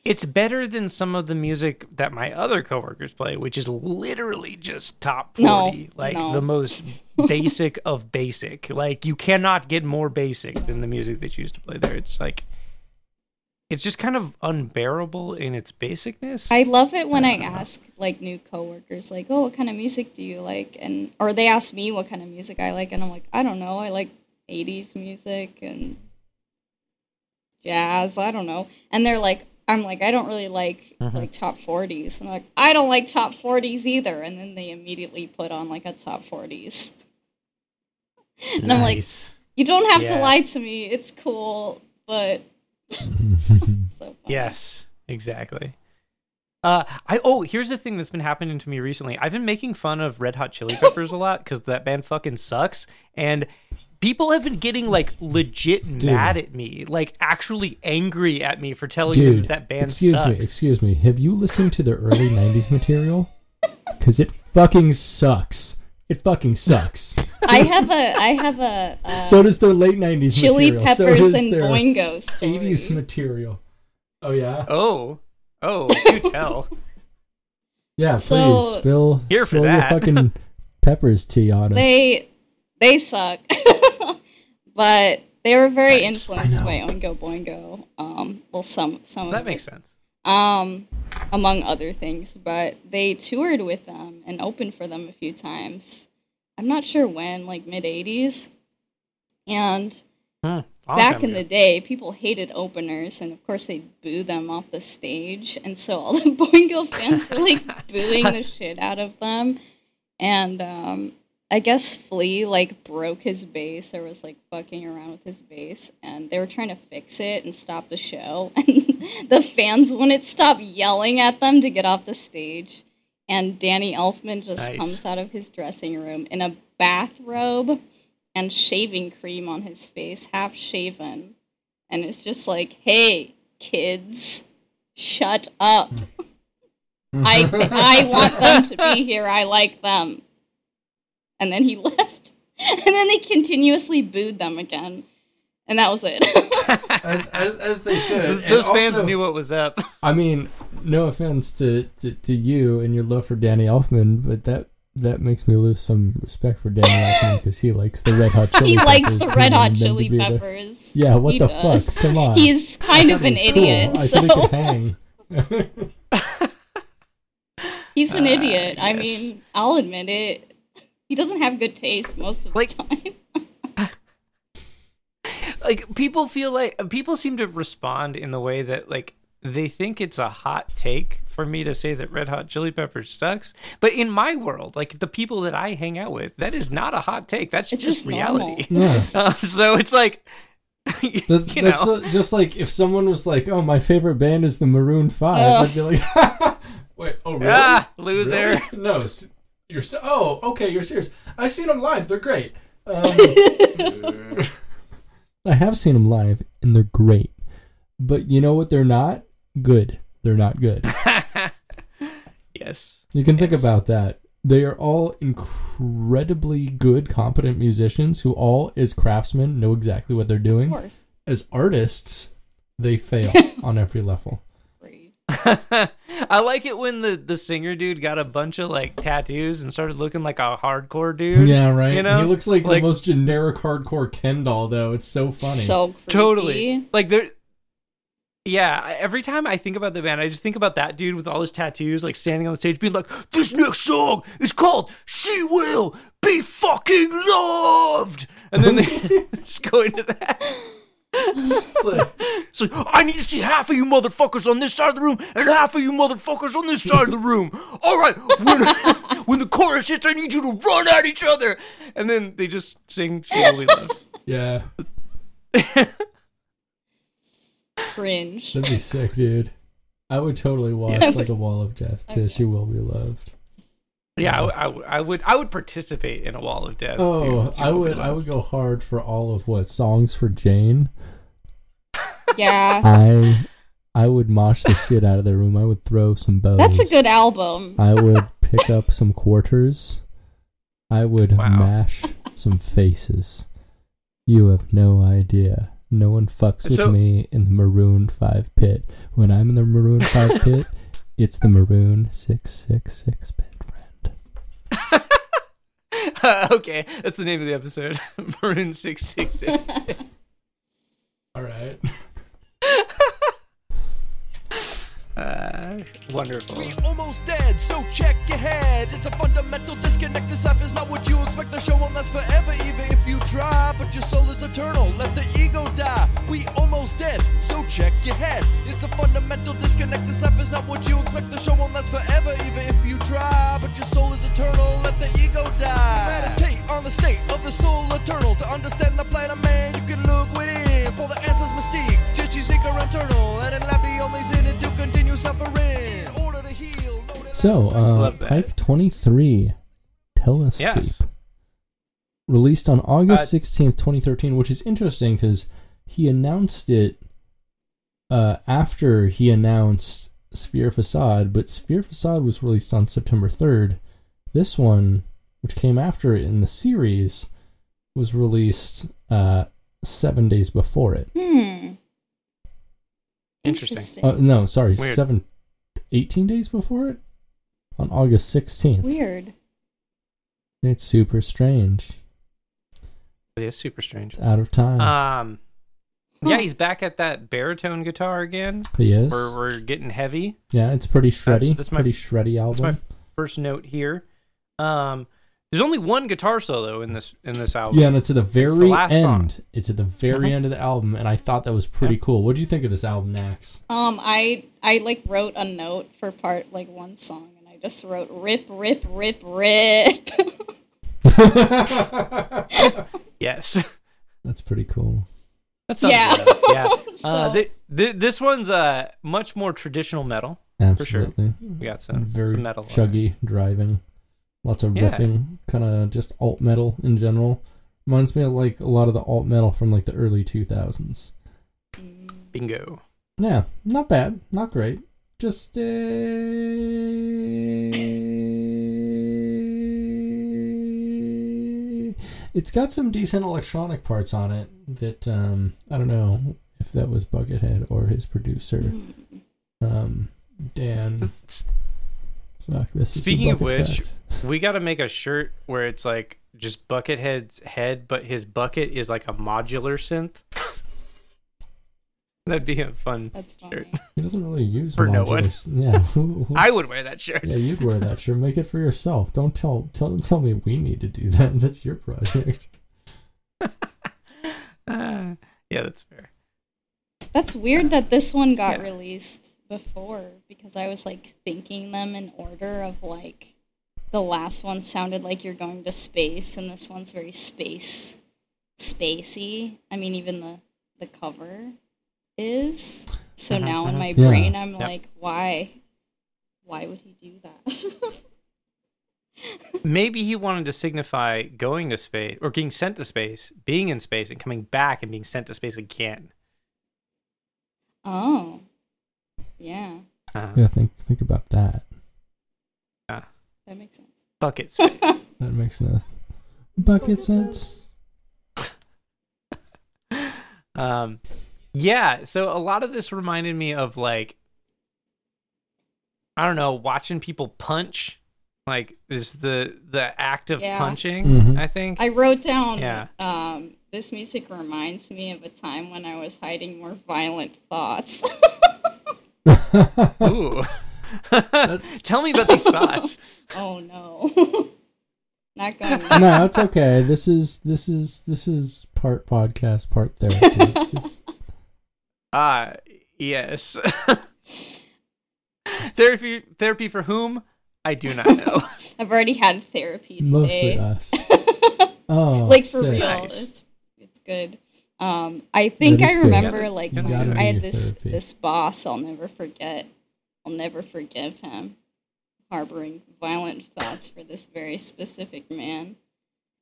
S1: It's better than some of the music that my other coworkers play, which is literally just top
S3: No,
S1: 40, like
S3: no.
S1: the most basic of basic. Like you cannot get more basic than the music they choose to play there. It's like it's just kind of unbearable in its basicness.
S3: I love it when I ask like new coworkers, like, oh, what kind of music do you like? And or they ask me what kind of music I like, and I'm like, I don't know. I like '80s music and jazz. I don't know. And they're like, I'm like, I don't really like
S1: Mm-hmm.
S3: like top 40s, and they're like, I don't like top 40s either. And then they immediately put on like a top 40s. and I'm like,
S1: Nice.
S3: You don't have
S1: Yeah.
S3: to lie to me. It's cool, but so fun.
S1: Yes, exactly. Uh, I oh, here's the thing that's been happening to me recently. I've been making fun of Red Hot Chili Peppers a lot because that band fucking sucks, and people have been getting like legit mad at me, like actually angry at me for telling them
S2: Dude,
S1: that, that band
S2: excuse
S1: sucks.
S2: me, excuse me. Have you listened to the early '90s material? Because it fucking sucks. It fucking sucks.
S3: I have a I have a uh,
S2: so does their late '90s
S3: chili
S2: material. So
S3: peppers
S2: does
S3: and
S2: their
S3: boingo story.
S2: '80s material. Oh yeah,
S1: Oh, oh, you tell.
S2: yeah.
S3: So-
S2: please spill
S1: Here for
S2: spill your
S1: that.
S2: fucking peppers tea on us.
S3: They they suck, but they were very
S1: Nice.
S3: influenced
S2: I
S3: by Oingo Boingo. Um, well, some some of
S1: That
S3: it.
S1: makes sense.
S3: um, among other things. But they toured with them and opened for them a few times. I'm not sure when, like mid '80s, and
S1: Hmm, long
S3: back
S1: time
S3: in
S1: ago.
S3: the day, people hated openers, and of course they'd boo them off the stage, and so all the Boingo fans were like booing the shit out of them, and um, I guess Flea like broke his bass or was like fucking around with his bass, and they were trying to fix it and stop the show, and the fans wouldn't stop yelling at them to get off the stage, and Danny Elfman just
S1: Nice.
S3: comes out of his dressing room in a bathrobe and shaving cream on his face, half shaven. And it's just like, hey, kids, shut up. I, I want them to be here. I like them. And then he left. And then they continuously booed them again. And that was it.
S2: as, as, as they should.
S1: Those,
S2: And
S1: those fans
S2: also-
S1: knew what was up.
S2: I mean, no offense to, to, to you and your love for Danny Elfman, but that that makes me lose some respect for Danny Elfman because he likes the Red Hot Chili
S3: he
S2: Peppers.
S3: likes the red
S2: and
S3: hot
S2: them to
S3: chili
S2: be there.
S3: peppers.
S2: Yeah, what
S3: He
S2: the
S3: does.
S2: fuck? Come on.
S3: He's kind of an
S2: He's cool.
S3: idiot.
S2: I
S3: So
S2: think it could hang.
S3: he's an
S1: Ah,
S3: idiot. I
S1: yes.
S3: mean, I'll admit it. He doesn't have good taste most of
S1: Like-
S3: the time.
S1: like people feel like people seem to respond in the way that like they think it's a hot take for me to say that red hot chili peppers sucks but in my world like the people that i hang out with that is not a hot take that's
S3: It's
S1: just,
S3: just normal.
S1: reality
S2: Yeah.
S1: um, so it's like you
S2: That, that's
S1: know
S2: so- just like if someone was like, "Oh, my favorite band is the Maroon 5, I'd be like, "Wait, oh really?
S1: ah loser
S2: Really? No, s- you're. se- Oh, okay, you're serious. I've seen them live. They're great. Um, I have seen them live, and they're great. But you know what? They're not good. They're not good.
S1: yes
S2: You can think about that. They are all incredibly good, competent musicians who all, as craftsmen, know exactly what they're
S3: Of
S2: doing.
S3: course.
S2: As artists, they fail on every level.
S3: Agreed.
S1: I like it when the the singer dude got a bunch of like tattoos and started looking like a hardcore dude.
S2: Yeah, right.
S1: You know,
S2: he looks like,
S1: like-
S2: the most generic hardcore Ken doll, though. It's so funny.
S3: So creepy.
S1: totally. Like there. Yeah, I- every time I think about the band, I just think about that dude with all his tattoos, like standing on the stage, being like, "This next song is called She Will Be Fucking Loved," and then they just go into that.
S2: It's like-
S1: It's like, I need to see half of you motherfuckers on this side of the room and half of you motherfuckers on this side of the room. All right, when, when the chorus hits, I need you to run at each other. And then they just sing She Will Be Loved.
S2: yeah,
S3: Cringe.
S2: that'd be sick, dude. I would totally watch
S3: Yeah.
S2: like a wall of death to "She Will Be Loved."
S1: Yeah, I, I would- I would I would participate in a wall of death.
S2: Oh,
S1: too. She
S2: I
S1: Will Be
S2: would, I
S1: Loved.
S2: would go hard for all of what songs for Jane.
S3: Yeah.
S2: I, I would mosh the shit out of the room. I would throw some bows.
S3: That's a good album.
S2: I would pick up some quarters. I would
S1: Wow.
S2: mash some faces. You have no idea. No one fucks with
S1: So-
S2: me in the Maroon 5 pit. When I'm in the Maroon 5 pit, it's the Maroon 666 pit, friend.
S1: okay, that's the name of the episode. Maroon six six six.
S2: All right.
S1: Uh, Wonderful.
S4: We almost dead, so check your head. It's a fundamental disconnect. This life is not what you expect. The show won't last forever, even if you try. But your soul is eternal. Let the ego die. We almost dead, so check your head. It's a fundamental disconnect. This life is not what you expect. The show won't last forever, even if you try. But your soul is eternal. Let the ego die. Meditate on the state of the soul eternal. To understand the plan of man, you can look within. For the answers mystique, just you seek are internal. And in lab, the only sin is to continue suffering. In order to heal, know that
S2: So, uh,
S1: Love that.
S2: Pike 23, Telescope.
S1: Yes.
S2: Released on August
S1: Uh,
S2: 16th, 2013, which is interesting because he announced it uh, after he announced Sphere Facade, but Sphere Facade was released on September 3rd. This one, which came after it in the series, was released uh, seven days before it.
S3: Hmm.
S1: Interesting.
S2: Uh, no, sorry,
S1: Weird.
S2: seven, 18 days before it? On August 16th.
S3: Weird.
S2: It's super strange.
S1: It is super strange.
S2: It's out of time.
S1: Um, yeah,
S3: Huh.
S1: he's back at that baritone guitar again.
S2: he is.
S1: We're we're getting heavy.
S2: yeah, it's pretty shreddy.
S1: That's- that's my-
S2: pretty shreddy
S1: That's
S2: album.
S1: my first note here. Um, there's only one guitar solo in this in this album.
S2: yeah, and it's at the very
S1: the last
S2: end.
S1: song.
S2: It's at the very
S1: Uh-huh.
S2: end of the album, and I thought that was pretty cool. What do you think of this album, Nax?
S3: Um, I I like wrote a note for part like one song, and I just wrote rip, rip, rip, rip.
S1: Yes,
S2: That's pretty cool.
S1: that sounds
S3: Yeah.
S1: good. Yeah. Uh,
S3: So-
S1: th- th- this one's uh much more traditional metal. sure.
S2: Absolutely.
S1: We got some
S2: Very
S1: some metal. on
S2: chuggy driving. Lots of
S1: Yeah.
S2: riffing, kind of just alt metal in general. Reminds me of like a lot of the alt metal from like the early 2000s.
S3: Mm,
S1: it. Bingo.
S2: Yeah, not bad, not great. Just uh, it's got some decent electronic parts on it that um, I don't know if that was Buckethead or his producer um, Dan.
S1: S-
S2: Fuck, this is the
S1: Speaking of
S2: Bucket
S1: which-
S2: fact.
S1: We got to make a shirt where it's like just Buckethead's head, but his bucket is like a modular synth. That'd be a fun.
S3: That's funny.
S1: Sure.
S2: he doesn't really use
S1: For no
S2: modulars. Yeah, who- who-
S1: I would wear that shirt.
S2: yeah, you'd wear that shirt. Make it for yourself. Don't tell tell tell me we need to do that. That's your project.
S1: Ah, yeah, that's fair.
S3: That's weird that this one got
S1: Yeah.
S3: released before because I was like thinking them in order of like the last one sounded like you're going to space and this one's very space spacey. I mean even the the cover is. So
S1: Uh-huh,
S3: now in
S1: uh-huh.
S3: my
S2: Yeah.
S3: brain I'm
S1: Yep.
S3: like why why would he do that?
S1: Maybe he wanted to signify going to space or getting sent to space, being in space, and coming back and being sent to space again.
S3: oh. Yeah.
S1: Uh,
S2: Yeah, think think about that.
S3: That makes sense.
S1: Bucket space.
S2: That makes sense. Bucket sense.
S1: um, yeah. So a lot of this reminded me of like I don't know, watching people punch, like is the the act of
S3: Yeah.
S1: punching.
S2: Mhm.
S1: I think.
S3: I wrote down
S1: Yeah.
S3: um, this music reminds me of a time when I was hiding more violent thoughts.
S1: Ooh. Tell me about these thoughts.
S3: oh no. Not going
S2: no, it's okay. This is this is this is part podcast, part therapy. Just-
S1: Ah, yes. therapy, therapy for whom? I do not know.
S3: I've already had therapy today.
S2: mostly us. Oh,
S3: like for
S2: sick.
S3: real.
S1: Nice.
S3: It's it's good. Um, I think
S2: That is
S3: I
S2: good.
S3: remember
S1: Gotta-
S3: like
S1: you
S3: my-
S1: gotta
S3: I
S2: do
S3: had
S2: your
S3: this
S2: therapy.
S3: this boss I'll never forget. I'll never forgive him harboring violent thoughts for this very specific man.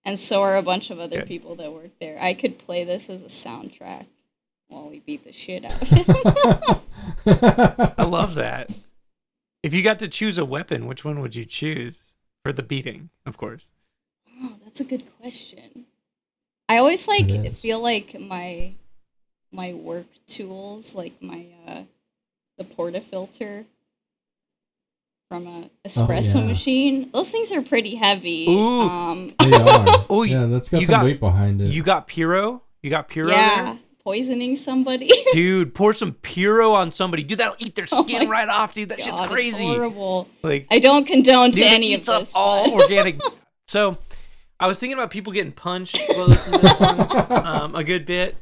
S3: And so are a bunch of other
S1: Good.
S3: people that work there. I could play this as a soundtrack while we beat the shit out of him.
S1: I love that. If you got to choose a weapon, which one would you choose for the beating? Of course.
S3: Oh, that's a good question. I always like
S2: It is.
S3: feel like my my work tools, like my uh the portafilter from a espresso
S2: Oh, yeah.
S3: machine. Those things are pretty heavy.
S1: Ooh.
S3: Um
S2: They are.
S1: Oh, you-
S2: yeah, that's got
S1: you
S2: some
S1: got-
S2: weight behind it.
S1: You got Piro? You got Piro
S3: yeah,
S1: there?
S3: poisoning somebody.
S1: Dude, pour some Piro on somebody. Dude, that'll eat their
S3: Oh
S1: skin
S3: my
S1: right off, dude. That
S3: God,
S1: shit's
S3: it's
S1: crazy.
S3: horrible.
S1: Like
S3: I don't condone to
S1: dude, it
S3: any of
S1: eats up
S3: this.
S1: all
S3: but-
S1: organic. So I was thinking about people getting punched while listening to this one, um, a good bit.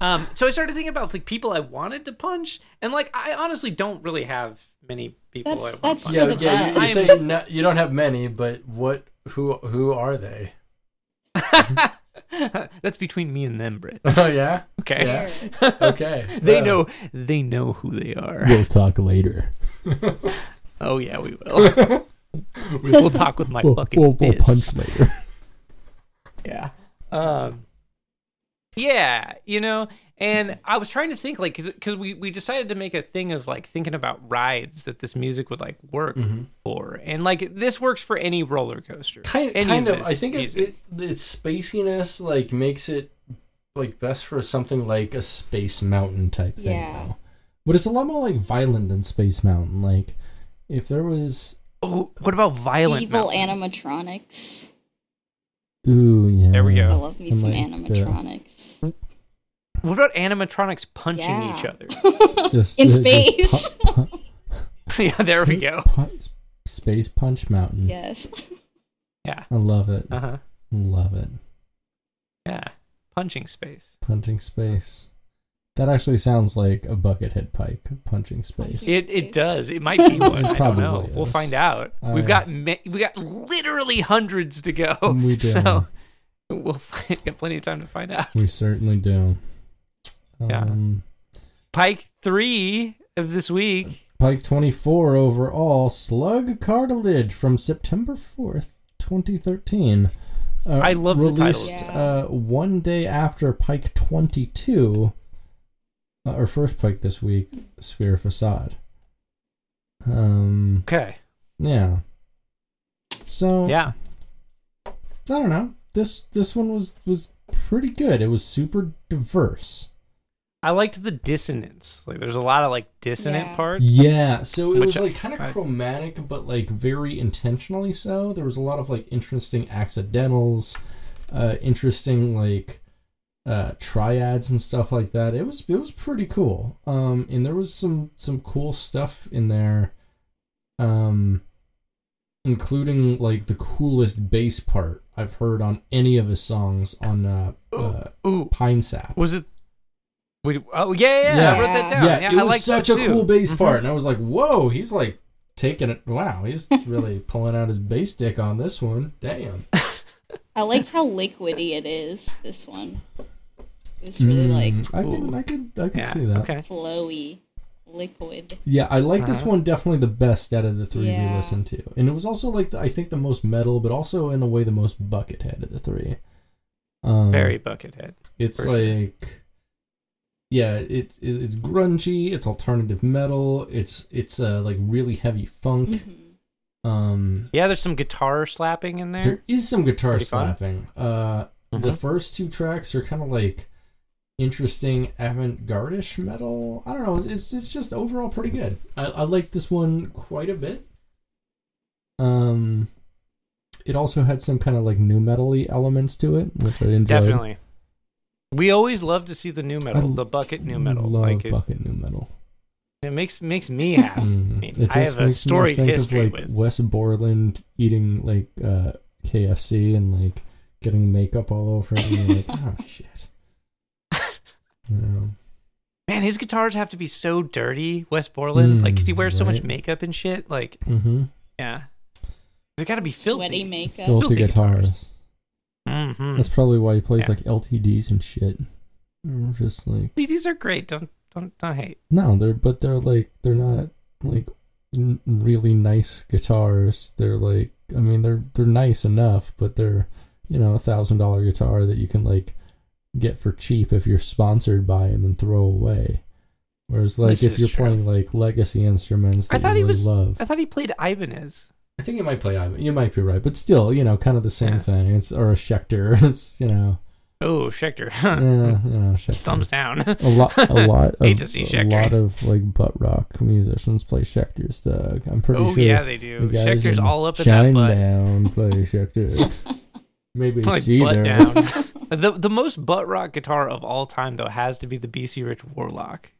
S1: Um, so I started thinking about like people I wanted to punch, and like I honestly don't really have many people. I
S3: That's
S1: want
S3: that's
S1: to punch.
S3: for the
S5: yeah, you, you
S1: I
S3: best.
S1: am-
S5: say no, you don't have many, but what? Who who are they?
S1: that's between me and them, Britt.
S5: Oh yeah,
S1: Okay.
S5: Yeah.
S3: Fair.
S5: okay.
S1: They
S5: Yeah.
S1: know they know who they are.
S2: Uh, we'll talk later.
S1: Oh yeah, we will. we'll talk with my
S2: We'll,
S1: fucking
S2: we'll, we'll
S1: fists.
S2: punch later.
S1: Yeah. Um, yeah, you know, and I was trying to think like because we we decided to make a thing of like thinking about rides that this music would like work
S5: Mm-hmm.
S1: for, and like this works for any roller coaster.
S5: Kind,
S1: any
S5: kind of.
S1: this
S5: I think it,
S1: music.
S5: it, its spaciness like makes it like best for something like a.
S2: a space mountain type thing
S3: Yeah.
S2: though. But it's a lot more like violent than space mountain. Like if there was
S1: Oh, what about violent?
S3: Evil
S1: Mountain?
S3: animatronics.
S2: ooh yeah. uh,
S1: There we go.
S3: I love me
S2: And,
S3: some
S2: like, the-
S3: animatronics.
S1: What about animatronics punching
S3: Yeah.
S1: each other?
S2: Just, uh,
S3: In
S2: just
S3: space.
S2: pu- pu-
S1: yeah, there we go.
S2: pu- space punch mountain.
S3: Yes.
S2: I love it.
S1: Uh huh.
S2: Love it.
S1: Yeah, punching space.
S2: Punching space. That actually sounds like a buckethead pike punching space.
S1: It it
S3: Space.
S1: does. It might be one. I don't
S2: Probably
S1: know. We'll
S2: is.
S1: find out.
S5: Oh,
S2: All
S1: We've
S2: right.
S1: got ma- we got literally hundreds to go.
S2: We do.
S1: oh, So we'll find, get plenty of time to find out.
S2: We certainly do.
S1: Yeah.
S2: Um,
S1: Pike three of this week.
S2: Pike 24 overall, slug cartilage from September 4th, 2013. Uh,
S1: I love the title of
S2: released,
S3: this.
S2: uh, one day after Pike 22, uh, our first Pike this week, Sphere Facade. Um,
S1: Okay.
S2: yeah. So
S1: Yeah.
S2: I don't know. This this one was was pretty good. It was super diverse.
S1: I liked the dissonance. Like there's a lot of like dissonant
S3: Yeah.
S1: parts.
S2: Yeah, so it
S1: Which
S2: was
S1: I-
S2: like kind of
S1: I-
S2: chromatic, but like very intentionally so. There was a lot of like interesting accidentals, uh, interesting like uh, triads and stuff like that. It was it was pretty cool. Um, and there was some some cool stuff in there, um, including like the coolest bass part I've heard on any of his songs on uh, uh,
S1: Ooh.
S2: Pine Sap.
S1: Was it we, oh yeah, yeah, I
S2: Yeah.
S1: wrote that down.
S2: Yeah,
S1: Yeah,
S2: it
S1: I
S2: was
S1: liked
S2: such
S1: that
S2: a
S1: too.
S2: cool bass
S1: Mhm.
S2: part, and I was like, "Whoa, he's like taking it! Wow, he's really pulling out his bass dick on this one. Damn,
S3: I liked how liquidy it is. This one, it was really like
S2: Mm, I can,
S1: Ooh.
S2: I could, I could
S1: Yeah,
S2: see that.
S1: Okay.
S3: flowy, liquid.
S2: Yeah, I like this
S1: Uh-huh.
S2: one definitely the best out of the three we
S3: Yeah.
S2: listened to, and it was also like the, I think the most metal, but also in a way the most buckethead of the three. Um,
S1: Very buckethead.
S2: It's
S1: For sure.
S2: like, yeah, it's it, it's grungy, it's alternative metal, it's it's uh, like really heavy funk.
S3: Mhm.
S2: Um,
S1: Yeah, there's some guitar slapping in there.
S2: There is some guitar
S1: Pretty fun.
S2: slapping. Uh, The
S1: Mhm.
S2: first two tracks are kind of like interesting avant-garde-ish metal. I don't know. It's it's just overall pretty good. I, I like this one quite a bit. Um, it also had some kind of like new metally elements to it, which I enjoyed.
S1: Definitely. We always love to see the new metal,
S2: I
S1: the bucket new metal.
S2: Love
S1: Like it,
S2: bucket new metal.
S1: it makes makes me happy.
S2: Mm.
S1: mean, I have
S2: makes
S1: a
S2: me
S1: storied
S2: think
S1: history
S2: of, like,
S1: with-
S2: Wes Borland eating like uh, KFC and like getting makeup all over him. And you're like, oh shit. Mm. Yeah.
S1: Man, his guitars have to be so dirty, Wes Borland. like, cause he
S2: Mm,
S1: wears so much
S2: right.
S1: makeup and shit. Like,
S2: Mm-hmm.
S1: yeah, they got to be
S3: Sweaty
S1: filthy.
S3: makeup.
S2: Filthy,
S1: Filthy
S2: guitars.
S1: Mm-hmm.
S2: That's probably why he plays
S1: Yeah.
S2: like LTDs and shit. Or just like
S1: CDs are great. Don't don't don't hate.
S2: no, they're but they're like they're not like n- really nice guitars. They're like I mean they're they're nice enough, but they're you know a thousand dollar guitar that you can like get for cheap if you're sponsored by him and throw away. Whereas like
S1: This
S2: if
S1: is
S2: you're
S1: true.
S2: playing like legacy instruments that
S1: I thought
S2: you
S1: he
S2: really
S1: was.
S2: love.
S1: I thought he played Ibanez.
S2: I think you might play Ivan. You might be right, but still, you know, kind of the same
S1: Yeah.
S2: thing. It's or a Schecter. It's you know,
S1: Oh, Schecter.
S2: yeah, Oh, you know, Schecter.
S1: Thumbs down.
S2: a lot, a lot
S1: Hate
S2: of
S1: to see
S2: a
S1: Schecter.
S2: lot of like butt rock musicians play Schecters. Doug, I'm pretty
S1: Oh
S2: sure.
S1: yeah, they do. Schecter's
S2: in
S1: all up in that butt.
S2: Shinedown play Schecter. Maybe
S1: Like butt
S2: Cedar.
S1: down. the the most butt rock guitar of all time though has to be the BC Rich Warlock.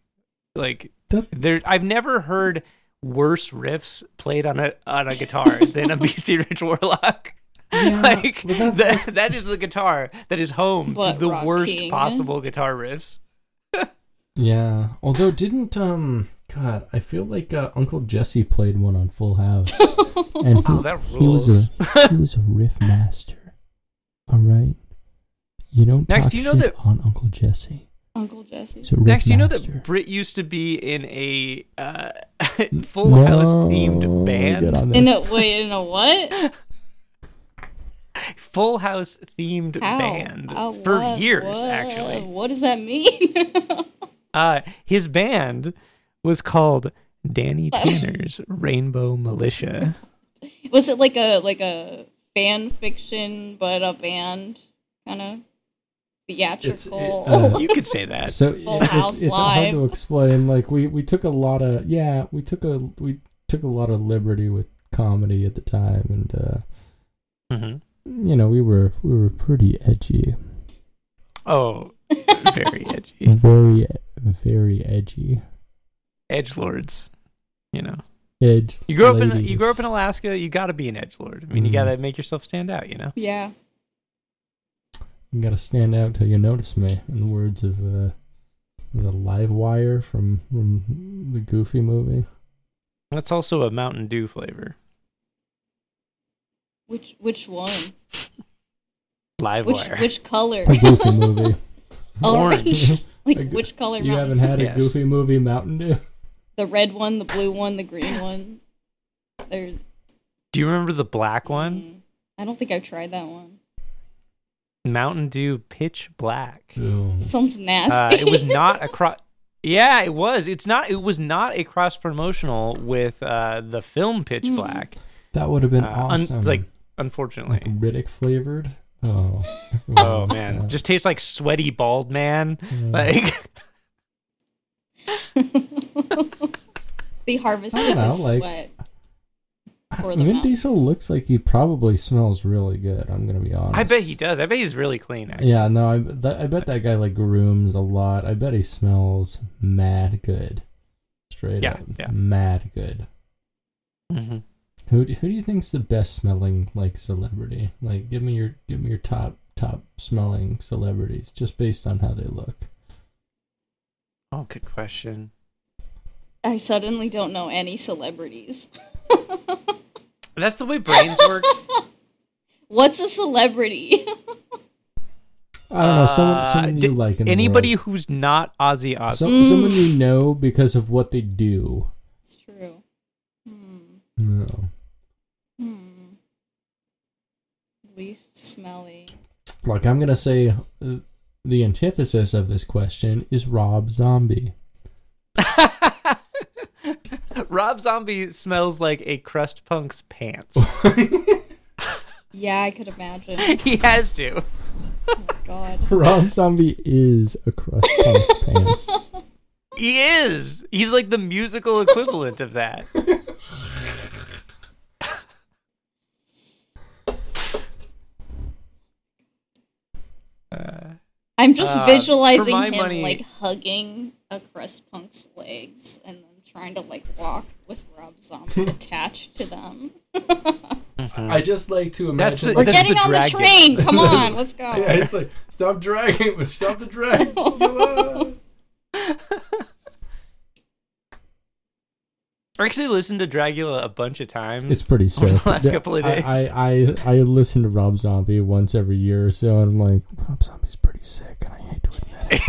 S1: Like
S2: That-
S1: there, I've never heard worse riffs played on a on a guitar than a BC Rich Warlock.
S2: Yeah,
S1: like
S2: but that-
S1: that, that is the guitar that is home to
S3: Butt
S1: the
S3: rock
S1: worst
S3: king.
S1: possible guitar riffs.
S2: yeah. Although didn't um God, I feel like uh, Uncle Jesse played one on Full House, and he,
S1: Oh, that
S2: he was
S1: rules.
S2: a he was a riff master. All right, you don't
S1: Max,
S2: talk
S1: do you know
S2: shit
S1: that-
S2: on Uncle Jesse.
S3: Uncle Jesse.
S2: He's a riff
S1: Next, you know
S2: master.
S1: that Brit used to be in a uh, Full House
S2: No,
S1: themed
S2: Get
S1: band.
S2: on
S3: In
S2: this.
S3: a wait, in a what?
S1: Full House themed
S3: How?
S1: band
S3: How?
S1: for
S3: What?
S1: years,
S3: What?
S1: actually.
S3: What does that mean?
S1: Uh, his band was called Danny Tanner's Rainbow Militia.
S3: Was it like a like a fan fiction, but a band kind of theatrical?
S2: uh,
S1: You could say that.
S2: So
S3: Full
S2: it's,
S3: House
S2: it's hard to
S3: Live.
S2: explain. Like we we took a lot of yeah we took a we took a lot of liberty with comedy at the time, and uh,
S1: Mhm.
S2: you know we were we were pretty edgy,
S1: Oh, very edgy.
S2: very very edgy.
S1: Edge lords. You know,
S2: Edge.
S1: you grew up in you grew up in Alaska. You got to be an edge lord. I mean, you
S2: Mhm.
S1: got to make yourself stand out. You know.
S3: yeah.
S2: You gotta stand out till you notice me. In the words of uh, the live wire from, from the Goofy movie.
S1: That's also a Mountain Dew flavor.
S3: Which which one?
S1: Live
S3: Which
S1: wire.
S3: which color?
S2: A Goofy movie.
S3: Orange. like
S2: Like,
S3: which color?
S2: you
S3: Mountain
S2: haven't had a
S1: Yes.
S2: Goofy movie Mountain Dew.
S3: the red one, the blue one, the green one. There's Mm.
S1: Do you remember the black one?
S3: I don't think I've tried that one. Mm.
S1: Mountain Dew Pitch Black.
S3: Sounds
S1: Uh,
S3: nasty.
S1: it was not a cross. Yeah, it was. It's not. It was not a cross promotional with uh, the film Pitch
S3: Hmm.
S1: Black.
S2: That would have been
S1: Uh, un-
S2: awesome.
S1: like,
S2: like
S1: unfortunately.
S2: Riddick flavored. Oh,
S1: Oh man, just tastes like sweaty bald man. Like
S3: they harvested
S2: I don't know,
S3: the
S2: like-
S3: sweat. for the
S2: Vin
S3: mouth.
S2: Diesel looks like he probably smells really good. I'm gonna be honest.
S1: I bet he does. I bet he's really clean. Actually.
S2: Yeah, no, I, that, I bet that guy like grooms a lot. I bet he smells mad good. Straight
S1: Yeah,
S2: up,
S1: yeah.
S2: mad good.
S1: Mhm.
S2: Who do, who do you think's the best smelling like celebrity? Like, give me your give me your top top smelling celebrities just based on how they look.
S1: Oh, good question.
S3: I suddenly don't know any celebrities.
S1: That's the way brains work.
S3: What's a celebrity?
S2: I don't know someone
S1: Uh,
S2: someone
S1: di-
S2: you like in the
S1: Anybody
S2: world.
S1: who's not Ozzy
S2: So,
S1: Osbourne.
S3: Mm.
S2: someone you know because of what they do.
S3: it's true. Hmm.
S2: No.
S3: Hmm. Least smelly.
S2: Like I'm gonna say, uh, the antithesis of this question is Rob Zombie.
S1: Rob Zombie smells like a crust punk's pants.
S3: Yeah, I could imagine. Oh
S1: he has to.
S3: God.
S2: Rob Zombie is a crust past pants.
S1: He is. He's like the musical equivalent of that.
S3: I'm just
S1: Uh, for
S3: visualizing
S1: my
S3: him
S1: money-
S3: like hugging a crust punk's legs and then trying to like walk with Rob Zombie attached to them.
S5: I just like to imagine.
S1: That's the-
S3: We're
S1: That's
S3: getting on the
S1: dragon.
S3: train. Come on, let's go.
S5: yeah, it's like stop dragging. Stop the drag.
S1: I actually listened to Dragula a bunch of times.
S2: It's pretty
S1: Over
S2: sick.
S1: the last
S2: Yeah,
S1: couple of
S2: I-
S1: days.
S2: I, I, I listen to Rob Zombie once every year or so, and I'm like, Rob Zombie's pretty sick, and I hate to admit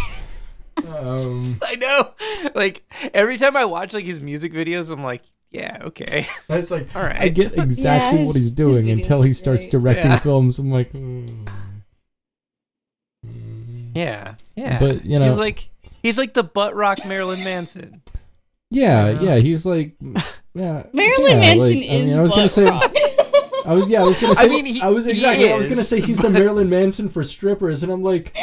S2: it.
S5: um,
S1: I know. Like every time I watch like his music videos, I'm like, yeah, okay,
S5: that's like
S1: all
S2: I
S1: right.
S2: get exactly
S3: his-
S2: what he's
S3: his
S2: doing
S3: videos
S2: until
S3: are
S2: he starts
S3: great.
S2: directing
S1: Yeah.
S2: films. I'm like, mm.
S1: yeah, yeah.
S2: But, you know-
S1: he's like he's like the butt rock Marilyn Manson.
S2: yeah,
S1: Yeah.
S2: yeah, He's like, yeah,
S3: Marilyn
S2: yeah,
S3: Manson
S2: like, I
S3: is
S2: mean, I was gonna
S3: butt
S2: say,
S3: rock.
S2: I was yeah, I was gonna
S1: I
S2: say. I
S1: mean, he-
S2: was
S1: he
S2: exactly. I was gonna
S1: is,
S2: say he's the Marilyn Manson for strippers, and I'm like,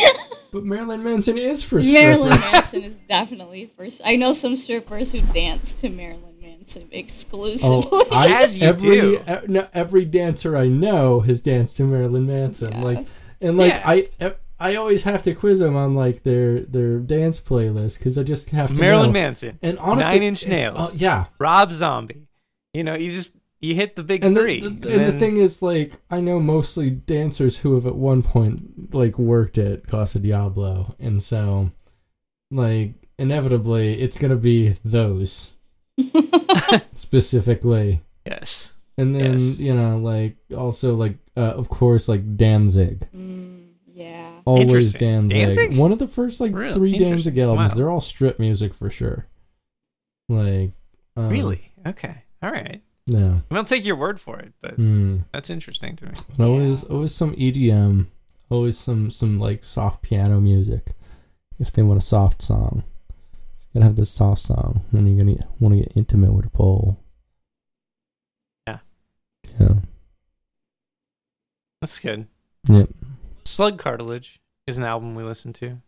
S2: but Marilyn Manson is for strippers.
S3: Marilyn Manson is definitely first. I know some strippers who dance to Marilyn Manson exclusively.
S2: Oh, I,
S1: As you
S2: every,
S1: do.
S2: e- no, every dancer I know has danced to Marilyn Manson. Like, and like
S1: Yeah.
S2: I, e- I always have to quiz them on like their their dance playlist because I just have to
S1: Marilyn
S2: know.
S1: Manson.
S2: And honestly,
S1: Nine Inch
S2: it's-
S1: Nails.
S2: uh, yeah,
S1: Rob Zombie. You know, you just you hit the big
S2: and the,
S1: three.
S2: the-
S1: and
S2: and the
S1: then-
S2: thing is, like, I know mostly dancers who have at one point like worked at Casa Diablo, and so like inevitably it's gonna be those specifically.
S1: yes,
S2: And then
S1: Yes.
S2: you know, like also like uh, of course like Danzig,
S3: Mm, yeah.
S2: always
S1: Interesting.
S2: Danzig.
S1: Danzig?
S2: One of the first like
S1: Really?
S2: three
S1: Interesting.
S2: Danzig albums.
S1: Wow.
S2: They're all strip music for sure. Like um,
S1: really. Okay, all right.
S2: No.
S1: I mean, I'll take your word for it, but
S2: Hmm.
S1: that's interesting to me.
S2: But Always always some EDM. Always some some like soft piano music. If they want a soft song, it's gonna have this soft song. Then you're gonna want to get intimate with a pole.
S1: Yeah.
S2: Yeah.
S1: That's good.
S2: Yep.
S1: Slug Cartilage is an album we listened to.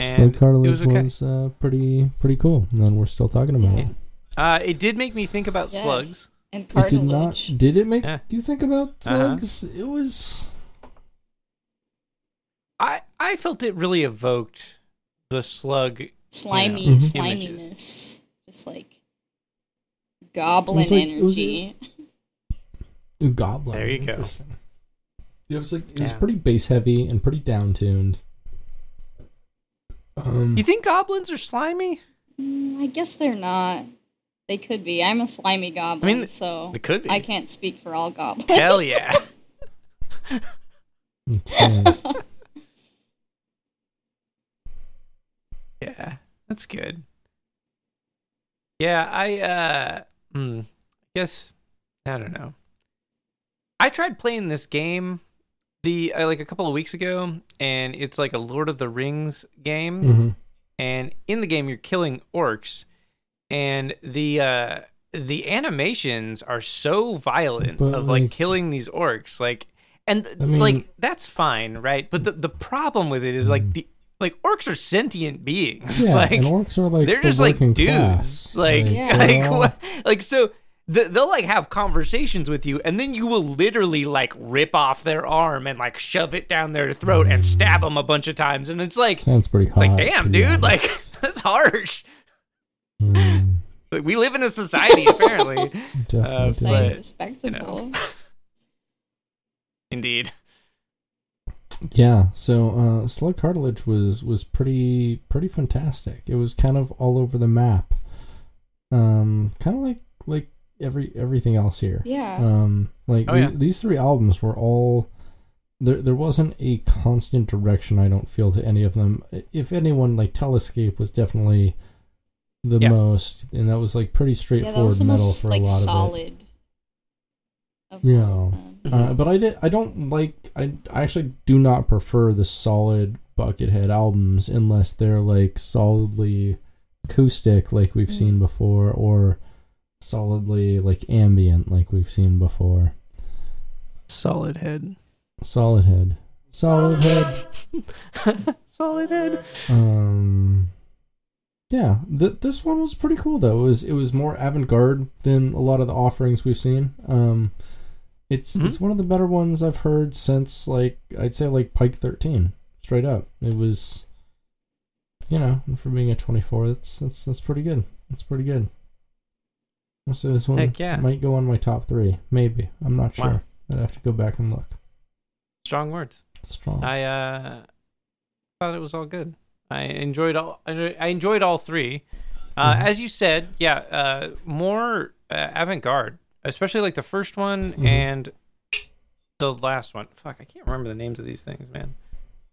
S2: Slug
S1: And
S2: cartilage
S1: it was okay.
S2: uh, pretty pretty cool, and then we're still talking about it.
S1: Uh, it did make me think about
S3: Yes.
S1: slugs.
S3: And
S2: It did not.
S3: cartilage.
S2: Did it make
S1: Yeah.
S2: you think about
S1: Uh-huh.
S2: slugs? It was.
S1: I, I felt it really evoked the slug.
S3: Slimy,
S1: Yeah.
S2: Mhm.
S3: sliminess. Just like goblin
S2: It was like- it was-
S3: energy.
S2: Ooh, Goblin.
S1: There you go.
S2: Interesting. It was like it was
S1: Yeah.
S2: pretty bass heavy and pretty down tuned.
S3: Hmm.
S2: Um,
S1: You think goblins are slimy?
S3: Mm, I guess they're not. They could be. I'm a slimy goblin,
S1: th-
S3: so
S1: they could be.
S3: I can't speak for all goblins.
S1: Hell yeah.
S2: it's, uh,
S1: yeah, that's good. Yeah, I uh, mm, I guess I don't know. I tried playing this game the uh, like a couple of weeks ago, and it's like a Lord of the Rings game.
S2: mhm.
S1: and in the game you're killing orcs and the uh the animations are so violent
S2: But,
S1: of like
S2: like-
S1: killing these orcs like and
S2: I mean-
S1: like that's fine right but the the problem with it is like the like orcs are sentient beings
S2: Hmm. Yeah,
S1: like
S2: and orcs are like
S1: they're
S2: the
S1: just like
S2: working
S1: dudes
S2: class.
S1: like
S3: Yeah.
S1: like
S2: they're all-
S1: what, like so th- they'll like have conversations with you and then you will literally like rip off their arm and like shove it down their throat and stab them a bunch of times and it's like
S2: sounds pretty hot.
S1: it's like,
S2: to
S1: damn,
S2: be
S1: dude, like
S2: honest.
S1: that's harsh.
S2: Mm,
S1: Like, we live in a society, apparently.
S2: definitely.
S1: but-
S3: Exciting spectacle.
S1: Indeed.
S2: Yeah, so uh, Slug Cartilage was was pretty pretty fantastic. It was kind of all over the map, um, kind of like like every everything else here.
S3: Yeah.
S2: Um, like
S1: Oh, yeah.
S2: the- these three albums were all there. There wasn't a constant direction. I don't feel to any of them. If anyone, like Telescape was definitely the
S1: Yeah.
S2: most, and that was like pretty
S3: yeah, that
S2: straightforward
S3: was the
S2: metal
S3: most
S2: for
S3: like
S2: a lot of it.
S3: solid. Of
S2: Yeah.
S3: all of um, them.
S2: Uh, but I did. I don't like. I, I actually do not prefer the solid Buckethead albums unless they're like solidly acoustic, like we've seen before, or solidly like ambient, like we've seen before.
S1: Solid head.
S2: Solid head. solid head.
S1: Solid head.
S2: Um, yeah, th- this one was pretty cool though. It was it was more avant garde than a lot of the offerings we've seen. Um, it's
S1: Mhm.
S2: it's one of the better ones I've heard since like I'd say like Pike Thirteen. Straight up, it was. You know, for being a twenty four, that's that's that's pretty good. That's pretty good. So this one
S1: Heck yeah.
S2: might go on my top three, maybe. I'm not
S1: Wow.
S2: sure. I'd have to go back and look.
S1: Strong words.
S2: Strong.
S1: I uh, thought it was all good. I enjoyed all. I enjoyed all three. Uh,
S2: Mhm.
S1: As you said, yeah, uh, more uh, avant-garde, especially like the first one
S2: Mhm.
S1: and the last one. Fuck, I can't remember the names of these things, man.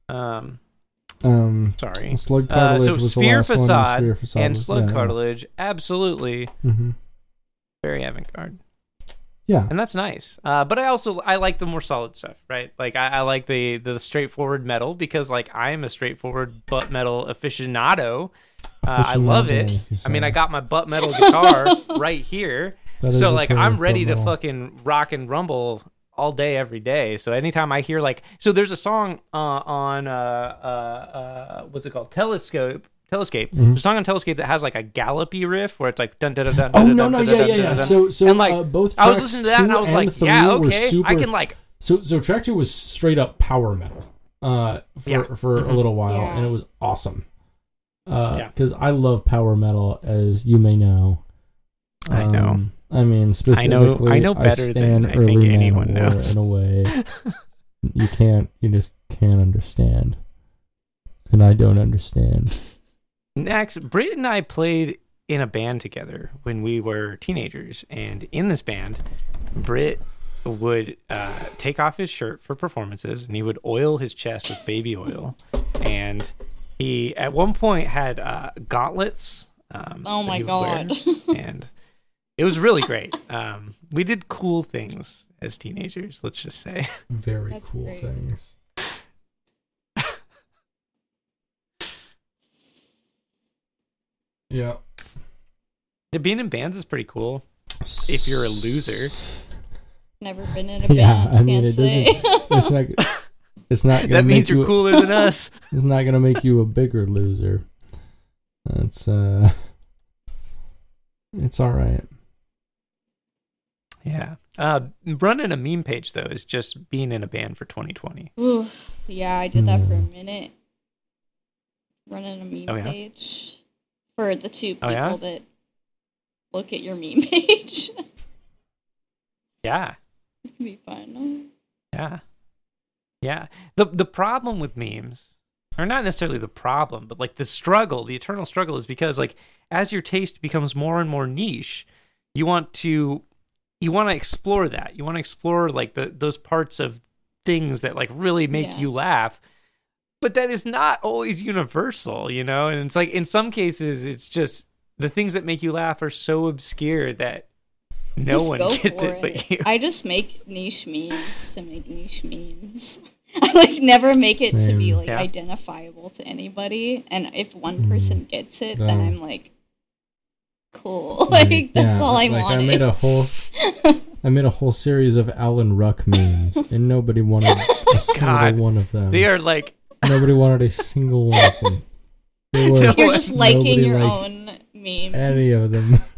S1: Um,
S2: um,
S1: sorry.
S2: slug
S1: Uh,
S2: cartilage
S1: so
S2: was the
S1: sphere
S2: last one,
S1: facade,
S2: sphere facade
S1: and
S2: was-
S1: slug
S2: yeah,
S1: cartilage, absolutely
S2: Yeah. hmm
S1: very avant-garde.
S2: yeah.
S1: and that's nice. Uh, but I also I like the more solid stuff, right? Like I, I like the the straightforward metal because like I am a straightforward butt metal aficionado. Uh, I love it.
S2: Aficionado, you
S1: I mean, I
S2: say.
S1: got my butt metal guitar right here,
S2: That is
S1: so
S2: a
S1: like
S2: pretty
S1: I'm
S2: good
S1: ready to
S2: little-
S1: fucking rock and rumble all day every day. So anytime I hear like so, there's a song uh, on uh, uh, uh, what's it called? Telescope. Telescape.
S2: Mm-hmm.
S1: There's a song on Telescape that has like a gallopy riff where it's like dun dun dun dun.
S2: Oh,
S1: dun,
S2: no,
S1: dun,
S2: no,
S1: dun,
S2: yeah, yeah,
S1: dun, dun,
S2: yeah.
S1: dun.
S2: So- so,
S1: And, like
S2: uh, both
S1: I was
S2: tracks
S1: listening to that and
S2: two
S1: I was
S2: and
S1: like,
S2: three
S1: yeah,
S2: were
S1: okay, I
S2: super-
S1: can like
S2: So so track two was straight up power metal uh, for
S1: Yeah.
S2: for a
S1: Mhm.
S2: little while,
S3: Yeah.
S2: and it was awesome.
S1: Yeah.
S2: Because I love power metal, as you may know.
S1: I know.
S2: Um, I mean,
S1: I know- I
S2: specifically,
S1: know better than
S2: stand
S1: I
S2: early
S1: think
S2: Man
S1: anyone
S2: of War
S1: knows.
S2: In a way, you can't, you just can't understand, and I don't understand.
S1: Next, Britt and I played in a band together when we were teenagers, and in this band, Britt would uh, take off his shirt for performances, and he would oil his chest with baby oil, and he at one point had uh, gauntlets. Um,
S3: Oh
S1: that
S3: my
S1: he would wear,
S3: God.
S1: and it was really great. Um, we did cool things as teenagers. Let's just say.
S2: Very
S3: That's
S2: cool
S3: great.
S2: things. yeah.
S1: Being in bands is pretty cool if you're a loser.
S3: Never been in a band.
S2: Yeah, I mean,
S3: can't
S2: it
S3: say.
S2: doesn't. It's not. It's not. Gonna
S1: That
S2: make
S1: means you're
S2: you,
S1: cooler than us.
S2: It's not gonna make you a bigger loser. That's uh. It's all right.
S1: Yeah. Uh, running a meme page though is just being in a band for 2020.
S3: Ooh, yeah, I did that for a
S2: Mm.
S3: minute. Running a meme
S1: Oh, yeah?
S3: page for the two people
S1: Oh, yeah?
S3: that look at your meme page. it
S1: Yeah.
S3: can be fun.
S1: Yeah. Yeah. The the problem with memes, or not necessarily the problem, but like the struggle, the eternal struggle is because like as your taste becomes more and more niche, you want to you want to explore that. You want to explore like the those parts of things that like really make
S3: Yeah.
S1: you laugh. But that is not always universal, you know? And it's like in some cases it's just the things that make you laugh are so obscure that no
S3: Just
S1: one
S3: go
S1: gets
S3: for
S1: it, but you.
S3: I just make niche memes to make niche memes. I like never make it to be
S2: Same.
S3: like
S1: Yeah.
S3: identifiable to anybody, and if one person gets it, then
S2: no.
S3: I'm like, cool. Like that's
S2: yeah,
S3: all I
S2: like,
S3: wanted.
S2: I made a whole. I made a whole series of Alan Ruck memes, and nobody wanted a single
S1: God.
S2: one of them.
S1: They are like
S2: Nobody wanted a single one of them. They were
S1: No.
S3: You're just
S2: Nobody
S3: liking your
S2: liked
S3: own memes.
S2: any of them.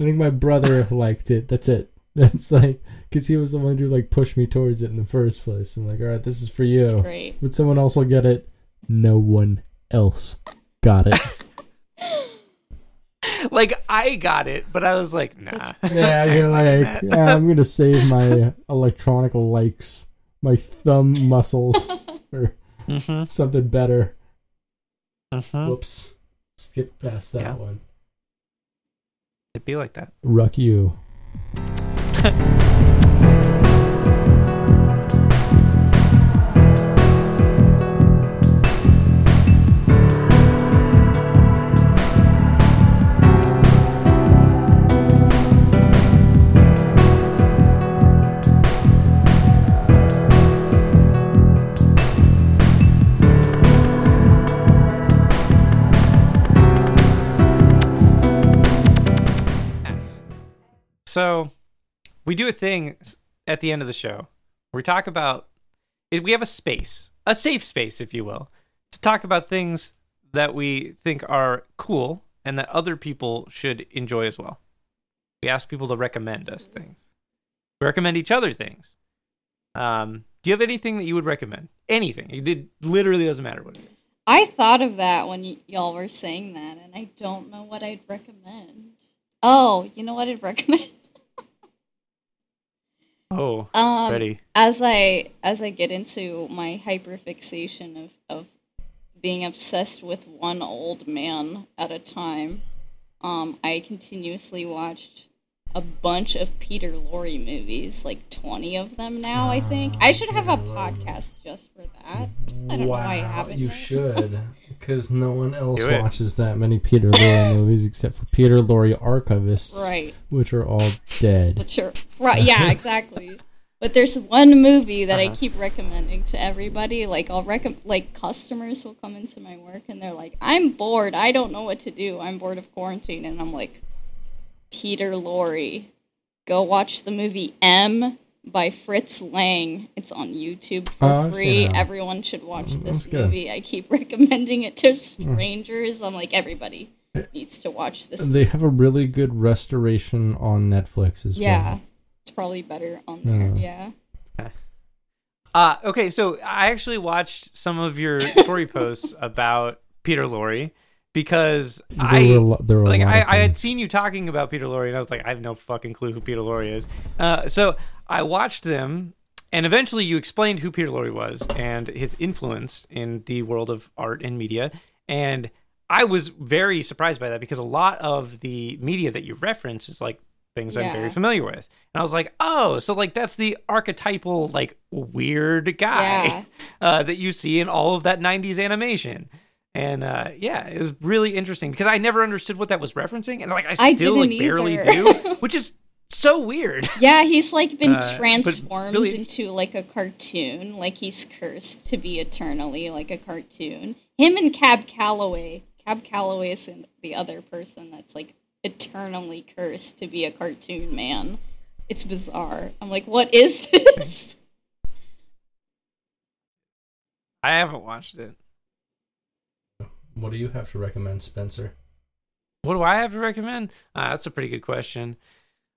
S2: I think my brother liked it. That's it. That's like, because he was the one who like pushed me towards it in the first place. I'm like, all right, this is for you.
S3: It's great.
S2: But someone else will get it. No one else got it.
S1: like I got it, but I was like, nah.
S2: yeah, you're like, yeah, I'm gonna save my electronic likes, my thumb muscles, or
S1: Mm-hmm,
S2: something better.
S1: mm-hmm.
S2: Whoops, skip past that
S1: Yeah.
S2: one.
S1: It'd be like that.
S2: Ruck you.
S1: So we do a thing s- at the end of the show. We talk about it- we have a space, a safe space, if you will, to talk about things that we think are cool and that other people should enjoy as well. We ask people to recommend us things. We recommend each other things. Um, do you have anything that you would recommend? Anything? It did- literally doesn't matter what. It is.
S3: I thought of that when y- y'all were saying that, and I don't know what I'd recommend. Oh, you know what I'd recommend?
S1: Oh,
S3: Um,
S1: ready?
S3: as I as I get into my hyperfixation of of being obsessed with one old man at a time, um, I continuously watched a bunch of Peter Lorre movies, like twenty of them now. I think I should have a podcast just for that. I don't know why I haven't.
S5: you
S3: yet.
S5: should, because no one else
S1: Do it.
S2: watches that many Peter Lorre movies except for Peter Lorre archivists,
S3: Right.
S2: which are all dead.
S3: But you're right. Yeah, exactly. But there's one movie that
S2: Uh-huh.
S3: I keep recommending to everybody. Like I'll recommend, like customers will come into my work and they're like, "I'm bored. I don't know what to do. I'm bored of quarantine." And I'm like, "Peter Lorre, go watch the movie M by Fritz Lang. It's on YouTube for
S2: Oh, I've seen
S3: free.
S2: that.
S3: Everyone should watch
S2: that's
S3: this
S2: good.
S3: movie. I keep recommending it to strangers. I'm like, everybody
S2: Mm.
S3: needs to watch this
S2: They have a really good restoration on Netflix as
S3: yeah,
S2: well.
S3: it's probably better on there.
S2: Yeah.
S3: Yeah.
S1: Uh, okay, so I actually watched some of your story posts about Peter Lorre because
S2: There
S1: I
S2: were a lo- there were a
S1: like
S2: lot
S1: I,
S2: of
S1: I had
S2: them.
S1: seen you talking about Peter Lorre and I was like I have no fucking clue who Peter Lorre is. Uh, so I watched them and eventually you explained who Peter Lorre was and his influence in the world of art and media and I was very surprised by that because a lot of the media that you reference is like things I'm
S3: Yeah.
S1: very familiar with. And I was like, "Oh, so like that's the archetypal like weird guy."
S3: Yeah.
S1: uh, that you see in all of that 90s animation. And uh, yeah, it was really interesting because I never understood what that was referencing, and like I
S3: I
S1: still like
S3: didn't
S1: barely
S3: either.
S1: do, which is so weird.
S3: Yeah, he's like been
S1: Uh, but
S3: transformed
S1: really-
S3: into like a cartoon. Like he's cursed to be eternally like a cartoon. Him and Cab Calloway. Cab Calloway is in- the other person that's like eternally cursed to be a cartoon man. It's bizarre. I'm like, what is this?
S1: I haven't watched it.
S5: What do you have to recommend, Spencer?
S1: What do I have to recommend? Uh, that's a pretty good question.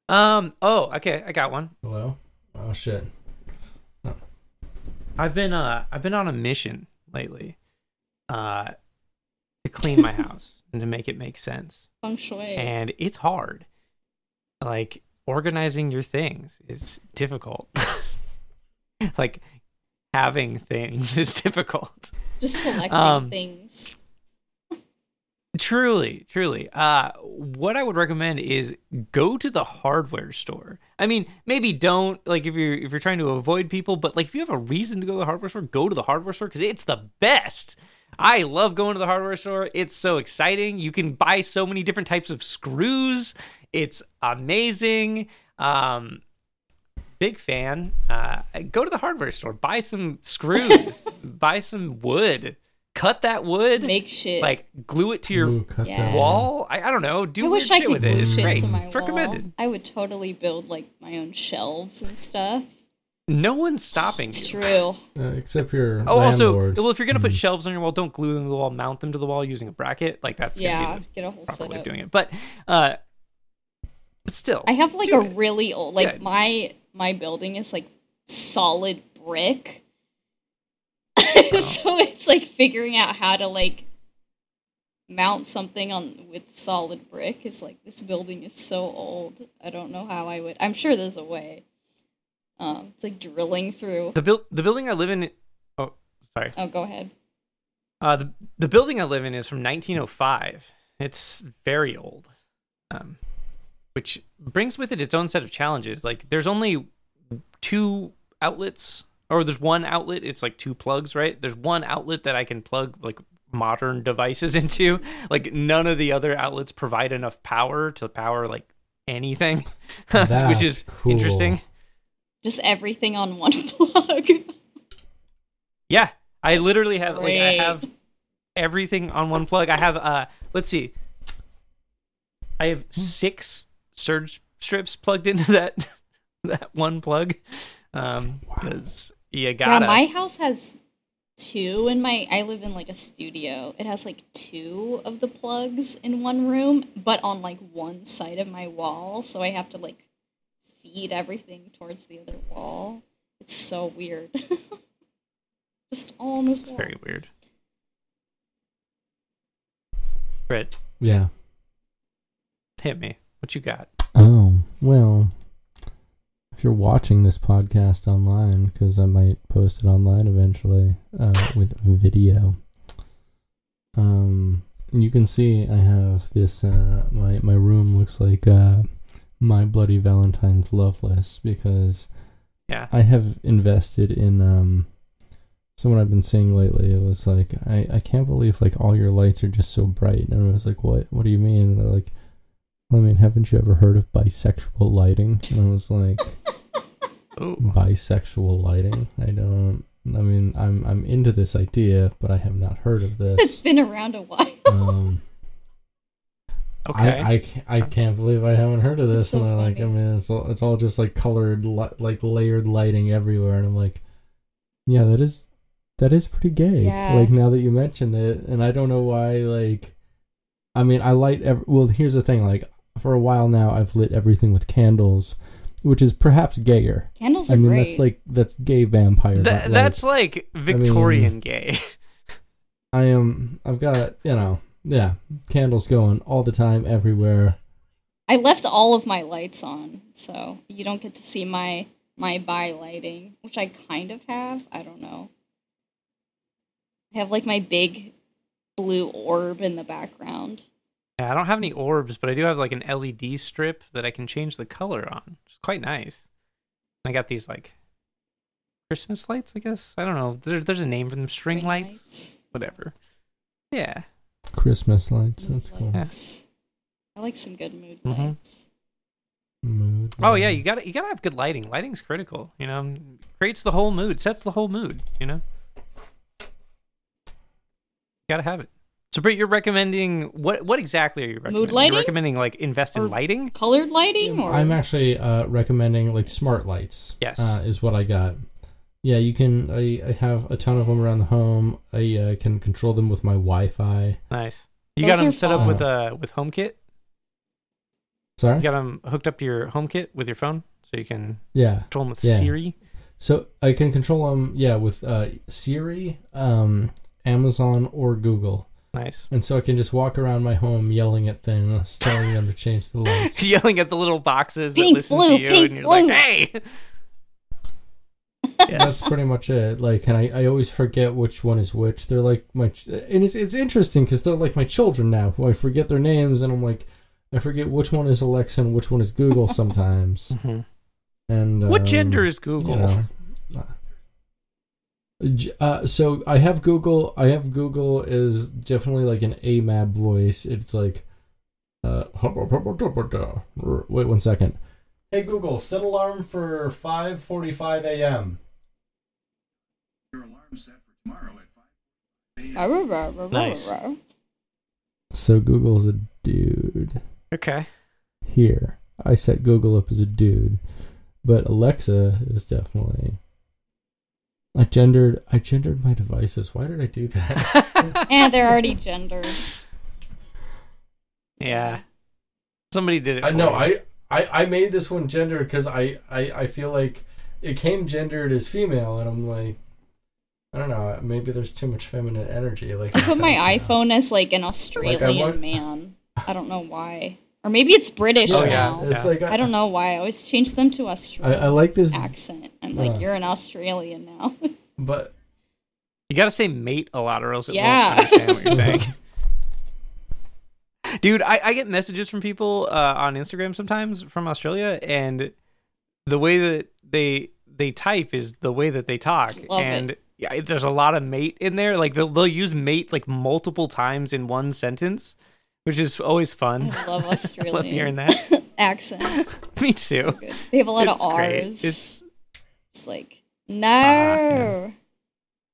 S1: Um. Oh, okay, I got one.
S5: Hello? Oh shit.
S1: I've been uh I've been on a mission lately, uh, to clean my house and to make it make sense.
S3: Feng Shui.
S1: and it's hard. Like organizing your things is difficult. like having things is difficult.
S3: Just collecting
S1: um,
S3: things.
S1: Truly, truly. Uh, what I would recommend is go to the hardware store. I mean, maybe don't like if you're if you're trying to avoid people, but like if you have a reason to go to the hardware store, go to the hardware store because it's the best. I love going to the hardware store. It's so exciting. You can buy so many different types of screws. It's amazing. Um, big fan. Uh, go to the hardware store. Buy some screws. buy some wood. Cut that wood
S3: Make shit.
S1: like glue it to your
S2: Ooh, cut
S3: Yeah.
S2: that.
S1: wall. I, I don't know. Do
S3: I
S1: weird
S3: wish
S1: shit
S3: I could
S1: with
S3: glue
S1: it. It's
S3: shit
S1: great.
S3: to my
S1: it's
S3: wall.
S1: recommended.
S3: I would totally build like my own shelves and stuff.
S1: No one's stopping
S3: It's
S1: you.
S3: true.
S2: Uh, except your
S1: Oh,
S2: landlord.
S1: also, well, if you're gonna put shelves on your wall, don't glue them to the wall. Mount them to the wall using a bracket. Like that's
S3: yeah,
S1: gonna be
S3: get a whole
S1: the proper way of
S3: setup.
S1: doing it. But, uh, but still,
S3: I have like
S1: do
S3: a
S1: it.
S3: really old like
S1: Good.
S3: my my building is like solid brick.
S1: Oh.
S3: so it's like figuring out how to like mount something on with solid brick is like this building is so old. I don't know how I would. I'm sure there's a way. Um, it's like drilling through.
S1: the build the building I live in. Oh, sorry.
S3: Oh, go ahead.
S1: Uh, the the building I live in is from 1905. It's very old, um, which brings with it its own set of challenges. Like there's only two outlets, or there's one outlet. It's like two plugs, right? There's one outlet that I can plug like modern devices into. Like none of the other outlets provide enough power to power like anything, which
S2: That's
S1: is
S2: cool.
S1: interesting.
S3: Just everything on one plug.
S1: Yeah, I literally have like I
S3: great.
S1: have everything on one plug. I have uh let's see. I
S3: Hmm.
S1: have 6 surge strips plugged into that that one plug. Um cuz You gotta.
S3: Yeah, my house has two in my I live in like a studio. It has like two of the plugs in one room, but on like one side of my wall, so I have to like feed everything towards the other wall. It's so weird. Just all on this
S1: it's
S3: wall.
S1: very weird. Britt,
S2: Yeah.
S1: hit me. What you got?
S2: Oh, well, if you're watching this podcast online, because I might post it online eventually uh, with video, um, you can see I have this. Uh, my my room looks like uh, my bloody Valentine's love list because
S1: Yeah.
S2: I have invested in um, someone I've been seeing lately. It was like I, I can't believe like all your lights are just so bright, and I was like, what What do you mean? And they're like, well, I mean, haven't you ever heard of bisexual lighting? And I was like,
S1: Oh,
S2: bisexual lighting? I don't. I mean, I'm I'm into this idea, but I have not heard of
S3: It's
S2: this.
S3: been around a while.
S2: Um,
S1: okay.
S2: I, I, ca- I can't believe I haven't heard of this.
S3: That's so
S2: and I like, I
S3: funny.
S2: mean, it's all, it's all just like colored, li- like layered lighting everywhere. And I'm like, yeah, that is that is pretty gay.
S3: Yeah.
S2: Like now that you mentioned it, and I don't know why. Like, I mean, I light. Ev- well, here's the thing. Like for a while now, I've lit everything with candles, which is perhaps gayer.
S3: Candles are
S2: I mean,
S3: great.
S2: that's like that's gay vampire.
S1: Tha-
S2: not, like-
S1: that's like Victorian gay.
S2: I am. I've got you know. Yeah, candles going all the time, everywhere.
S3: I left all of my lights on, so you don't get to see my my bi lighting, which I kind of have. I don't know. I have like my big blue orb in the background.
S1: Yeah, I don't have any orbs, but I do have like an LED strip that I can change the color on, which is quite nice. And I got these like Christmas lights, I guess. I don't know. There, there's a name for them, string
S3: Ring
S1: lights, whatever. Yeah,
S2: Christmas lights.
S3: Mood
S2: That's cool.
S3: lights. I like some good mood
S1: Mhm.
S3: lights.
S2: Mood.
S1: Oh yeah,
S2: lighting.
S1: you got to you got to have good lighting. Lighting's critical, you know. Creates the whole mood, sets the whole mood, you know. Got to have it. So Britt, you're recommending what what exactly are you recommending?
S3: lighting?
S1: You're recommending like invest in
S3: Or-
S1: lighting?
S3: Colored lighting or
S2: I'm actually uh, recommending like smart lights.
S1: Yes.
S2: uh, is what I got. Yeah, you can. I, I have a ton of them around the home. I uh, can control them with my Wi-Fi.
S1: Nice. You
S3: Those
S1: got them
S3: are
S1: set up with
S2: fun.
S1: uh with HomeKit?
S2: Sorry.
S1: You got them hooked up to your HomeKit with your phone so you can
S2: Yeah.
S1: control them with
S2: Yeah.
S1: Siri.
S2: So I can control them. Yeah, with uh, Siri, um, Amazon, or Google,
S1: Nice.
S2: and so I can just walk around my home yelling at things, telling them to change the lights.
S1: Yelling at the little boxes
S3: Pink,
S1: that listen
S3: blue,
S1: to you
S3: pink,
S1: and you're
S3: blue.
S1: like, "Hey,
S2: that's pretty much it. Like, and I, I always forget which one is which. They're like my, ch- and it's it's interesting because they're like my children now. Who I forget their names, and I'm like, I forget which one is Alexa and which one is Google sometimes. And
S1: Mm-hmm. what
S2: um,
S1: gender is
S2: you
S1: Google?"
S2: know. J- Uh, so I have Google. I have Google is definitely like an AMAB voice. It's like, uh, wait one second. Hey Google, set alarm for five forty-five a.m.
S3: Rah, rah, rah, rah, rah,
S1: Nice.
S3: rah.
S2: So Google's a dude.
S1: Okay.
S2: Here, I set Google up as a dude, but Alexa is definitely. I gendered. I gendered my devices. Why did I do that?
S3: Eh, they're already gendered.
S1: Yeah. Somebody did it.
S2: I
S1: for
S2: know.
S1: you.
S2: I, I I made this one gendered because I, I I feel like it came gendered as female, and I'm like, I don't know. Maybe there's too much feminine energy. Like
S3: I put my
S2: sounds now.
S3: iPhone as like an Australian
S2: want-
S3: man. I don't know why. Or maybe it's British
S2: Yeah,
S1: Oh,
S3: now.
S2: it's
S1: Yeah.
S2: like
S3: I don't know why. I always change them to
S2: I,
S3: Australian
S2: I like this,
S3: accent. I'm like,
S2: Yeah.
S3: you're an Australian now.
S2: but
S1: You gotta say mate a lot, or else it
S3: Yeah.
S1: won't understand what you're saying. Dude, I, I get messages from people uh, on Instagram sometimes from Australia, and the way that they they type is the way that they talk,
S3: Love it.
S1: and yeah, it- there's a lot of mate in there. Like they'll they'll use mate like multiple times in one sentence, which is always fun.
S3: I love
S1: I
S3: Australian
S1: love hearing that.
S3: accents.
S1: Me too.
S3: So good. They have a lot of
S1: It's great.
S3: R's.
S1: It's Ah,
S3: It's like, no.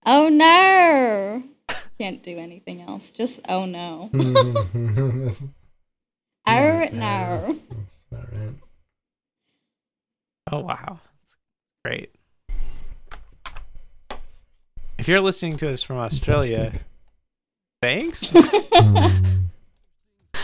S3: Oh, no. Can't do anything else. Just, oh, no.
S2: that's,
S3: Oh,
S2: Mm,
S3: no.
S2: that's about right.
S1: oh wow, it's great. If you're listening to us from Australia,
S2: Fantastic.
S1: thanks.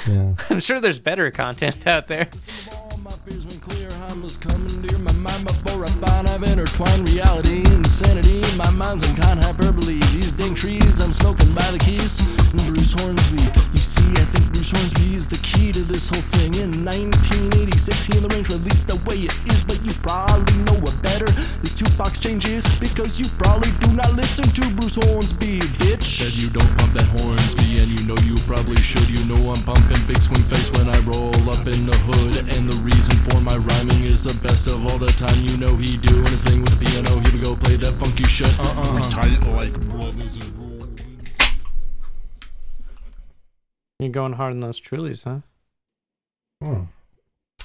S2: Um, yeah.
S1: I'm sure there's better content out there.
S4: All my fears when clear harmless coming near my mind before I find I've intertwined reality and insanity. My mind's in con hyperbole. These dang trees I'm smoking by the keys. And Bruce Hornsby, you see, I think Bruce Hornsby is the key to this whole thing. In 1986, he and the range released the way it is, but you probably know what better is Tupac's changes because you probably do not listen to Bruce Hornsby, bitch. And you don't pump that Hornsby, and you know you probably should. You know I'm pumping big swing face when I roll up in the hood. And the reason for my rhyming is the best of all the time. You know he doing his thing with the piano. Here we go, play that funky shit. Uh-uh.
S1: You're going hard on those trulies, huh?
S2: Hmm.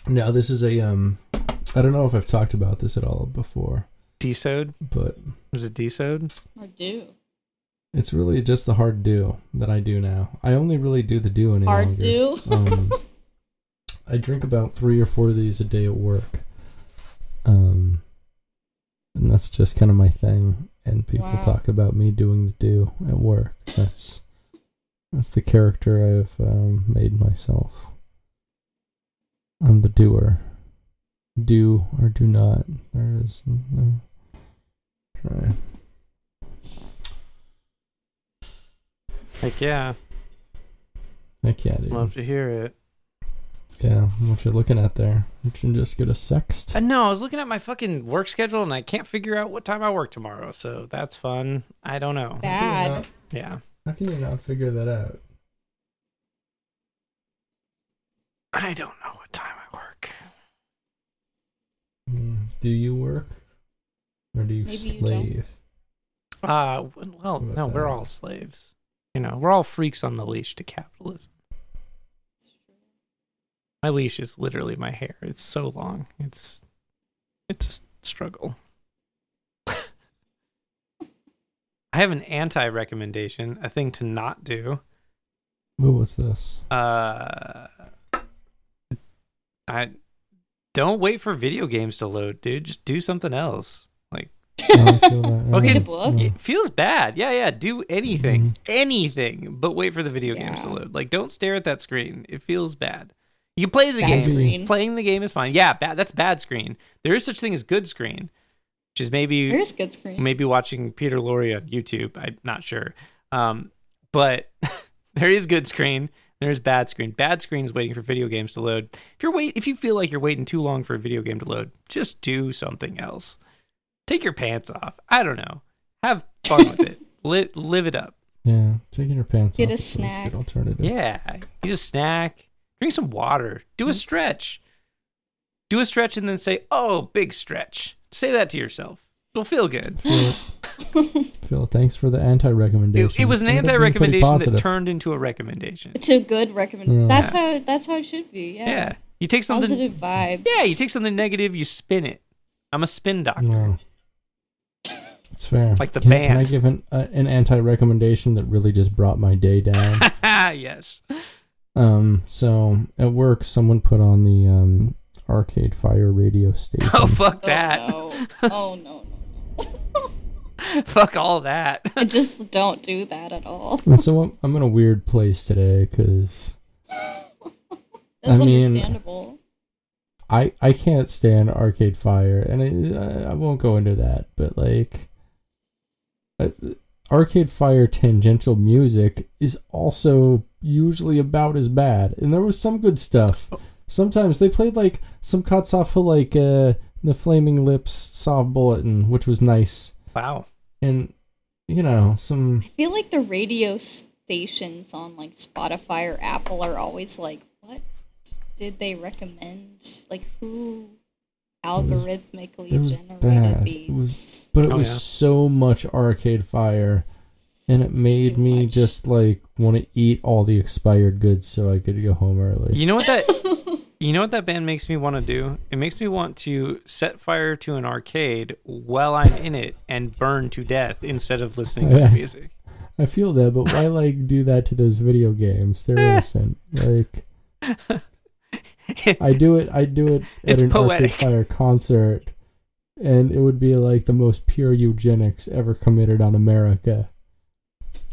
S2: Now this is a um, I don't know if I've talked about this at all before,
S1: Desode?
S2: but
S1: Was it desode?
S3: Or do.
S2: it's really just the hard do that I do now. I only really do the do any longer.
S3: Hard do.
S2: Um, I drink about three or four of these a day at work, um, and that's just kind of my thing. And people
S3: Wow.
S2: talk about me doing the do at work. That's that's the character I've um, made myself. I'm the doer. Do or do not. There is no try.
S1: Like, yeah.
S2: Heck yeah, dude.
S1: Love to hear it.
S2: Yeah, what you're looking at there. You can just get a sext.
S1: Uh, no, I was looking at my fucking work schedule and I can't figure out what time I work tomorrow. So that's fun. I don't know.
S3: Bad.
S1: Yeah.
S2: How can you not figure that out?
S1: I don't know what time I work.
S2: Mm, Do you work? Or do you
S3: Maybe you don't.
S2: slave?
S1: Uh, w- well,
S2: What
S1: no,
S2: the
S1: we're
S2: hell?
S1: all slaves. You know, we're all freaks on the leash to capitalism. My leash is literally my hair. It's so long. It's it's a s- struggle. I have an anti recommendation, a thing to not do.
S2: Ooh, what's this?
S1: Uh, I don't wait for video games to load, dude. Just do something else. Like
S2: Oh, I feel that-
S1: Okay.
S2: oh,
S1: Read a
S3: book?
S2: yeah.
S1: it feels bad. Yeah, yeah. Do anything, anything, but wait for the video games to
S3: Yeah.
S1: load. Like, don't stare at that screen. It feels bad. You can play the
S3: Bad
S1: game.
S3: screen.
S1: Playing the game is fine. Yeah, bad. That's bad screen. There is such thing as good screen, which is maybe
S3: There's good screen.
S1: maybe watching Peter Lorre on YouTube. I'm not sure, um, but there is good screen. There's bad screen. Bad screen is waiting for video games to load. If you're wait, if you feel like you're waiting too long for a video game to load, just do something else. Take your pants off. I don't know. Have fun with it. Li- live it up.
S2: Yeah, taking your pants
S3: Get
S2: off
S3: a
S2: is always
S3: snack.
S2: Good alternative.
S1: Yeah. You just snack. Drink some water. Do
S2: Mm-hmm.
S1: a stretch. Do a stretch and then say, "Oh, big stretch." Say that to yourself. It'll feel good.
S2: Phil, Phil, thanks for the anti-recommendation.
S1: It, it was an
S2: Ended up being pretty
S1: anti-recommendation that
S2: positive.
S1: turned into a recommendation.
S3: It's a good recommendation.
S2: Yeah.
S3: That's how. That's how it should be.
S1: Yeah.
S3: Yeah.
S1: You take something
S3: Positive vibes. Oh,
S1: Yeah, you take something negative, you spin it. I'm a spin doctor.
S2: No. It's fair.
S1: Like the
S2: can, Can I
S1: band.
S2: give an uh, an anti-recommendation that really just brought my day down?
S1: yes.
S2: um, so at work, someone put on the um Arcade Fire radio station.
S1: Oh fuck
S3: Oh,
S1: that.
S3: No. Oh no. no, no.
S1: fuck all that.
S3: I just don't do that at all.
S2: And so I'm, I'm in a weird place today because
S3: That's
S2: I mean-
S3: understandable.
S2: I I can't stand Arcade Fire, and uh, I I won't go into that, but like, uh, Arcade Fire tangential music is also usually about as bad, and there was some good stuff. Sometimes they played like some cuts off of like uh, the Flaming Lips soft bulletin, which was nice,
S1: wow.
S2: and you know some
S3: I feel like the radio stations on like Spotify or Apple are always like, what did they recommend? Like who
S2: was-
S3: algorithmically
S2: it was
S3: generated
S2: bad.
S3: these?
S2: It was- but it
S1: Oh,
S2: was
S1: yeah.
S2: so much Arcade Fire, and it made
S3: too
S2: me
S3: much.
S2: just like want to eat all the expired goods so I could go home early.
S1: You know what that You know what that band makes me want to do? It makes me want to set fire to an arcade while I'm in it and burn to death instead of listening to the
S2: Yeah.
S1: music.
S2: I feel that, but why like do that to those video games? They're innocent. Like I do it. I do it at
S1: It's
S2: an
S1: poetic.
S2: Arcade Fire concert and it would be like the most pure eugenics ever committed on America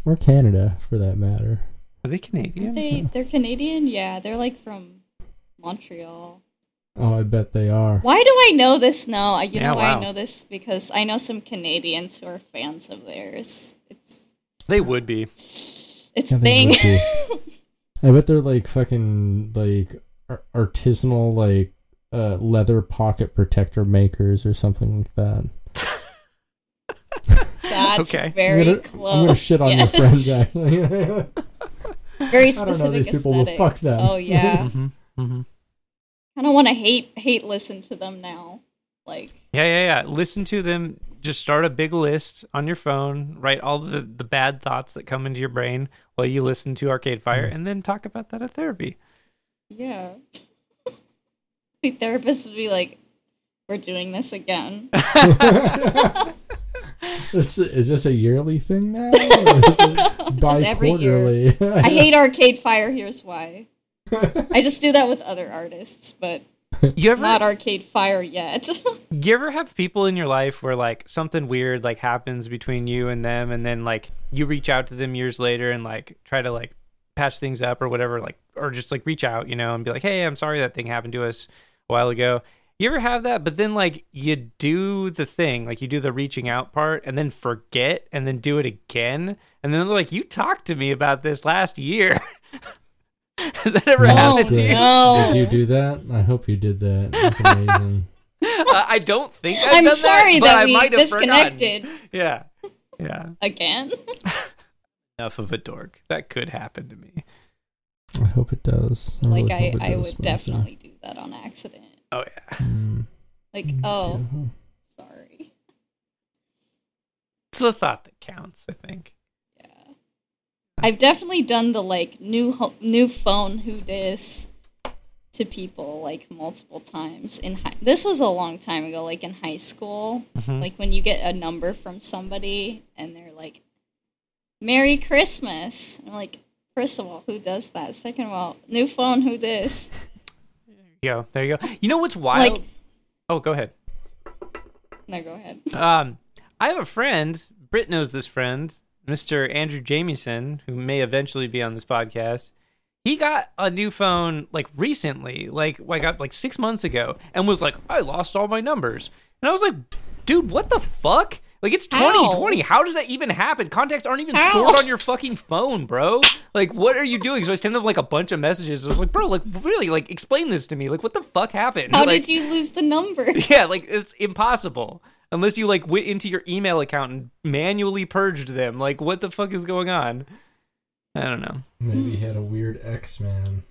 S2: or Canada, for that matter.
S1: Are they Canadian?
S3: They they're Canadian. Yeah, they're like from Montreal.
S2: Oh, I bet they are.
S3: Why do I know this now? I- You
S1: Yeah,
S3: know why
S1: wow.
S3: I know this because I know some Canadians who are fans of theirs. It's
S1: They would be.
S3: it's
S2: Yeah,
S3: a
S2: they
S3: thing.
S2: would I bet they're like fucking like ar- artisanal like uh, leather pocket protector makers or something like that.
S3: That's
S1: Okay. I'm
S3: very
S2: I'm gonna,
S3: close.
S2: I'm gonna shit on
S3: yes.
S2: your friends actually.
S3: Very
S2: I don't know
S3: specific
S2: these people, but
S3: aesthetic.
S2: fuck them.
S3: Oh yeah.
S1: Mm-hmm. Mm-hmm.
S3: I don't want to hate hate listen to them now. Like
S1: Yeah, yeah, yeah. Listen to them. Just start a big list on your phone. Write all the, the bad thoughts that come into your brain while you listen to Arcade Fire, and then talk about that at therapy.
S3: yeah. The therapist would be like, "We're doing this again."
S2: This- is this a yearly thing now? Or is it
S3: every
S2: bi-quarterly?
S3: I hate Arcade Fire. Here's why. I just do that with other artists, but
S1: You ever
S3: not Arcade Fire yet.
S1: you ever have people in your life where like something weird like happens between you and them, and then like you reach out to them years later and like try to like patch things up or whatever, like or just like reach out, you know, and be like, hey, I'm sorry that thing happened to us a while ago. You ever have that, but then like you do the thing, like you do the reaching out part, and then forget, and then do it again, and then they're like, "You talked to me about this last year." Has that ever
S3: No.
S1: happened to you?
S3: No. Oh.
S2: Did you do that? I hope you did that. That's amazing.
S1: I I don't think I've
S3: I'm
S1: done
S3: sorry
S1: that, but I
S3: that, we
S1: might have forgotten.
S3: disconnected
S1: Yeah. Yeah.
S3: again.
S1: Enough of a dork. That could happen to me.
S2: I hope it does. I
S3: like
S2: really
S3: I,
S2: hope it
S3: I would
S2: does, Spencer.
S3: definitely do that on accident.
S1: Oh yeah.
S2: Mm,
S3: Like, oh,
S2: beautiful.
S3: sorry.
S1: It's the thought that counts, I think.
S3: I've definitely done the like new ho- new phone who dis to people like multiple times in high- this was a long time ago like in high school
S1: Mm-hmm.
S3: like when you get a number from somebody and they're like merry christmas i'm like first of all who does that second of all new phone who this
S1: Yo, there you go. You know what's wild?
S3: like
S1: oh, go ahead.
S3: no go ahead
S1: Um, I have a friend. Britt knows this friend, Mr. Andrew Jamieson, who may eventually be on this podcast. He got a new phone like recently, like I got like six months ago, and was like, I lost all my numbers, and I was like, dude, what the fuck? Like it's
S3: Ow.
S1: 2020. How does that even happen? Contacts aren't even
S3: Ow.
S1: stored on your fucking phone, bro. Like, what are you doing? So I sent them like a bunch of messages. I was like, bro, like really, like explain this to me. Like, what the fuck happened?
S3: how
S1: Like-
S3: did you lose the number
S1: yeah, like it's impossible unless you like went into your email account and manually purged them. Like, what the fuck is going on? I don't know.
S5: Maybe he had a weird ex, man.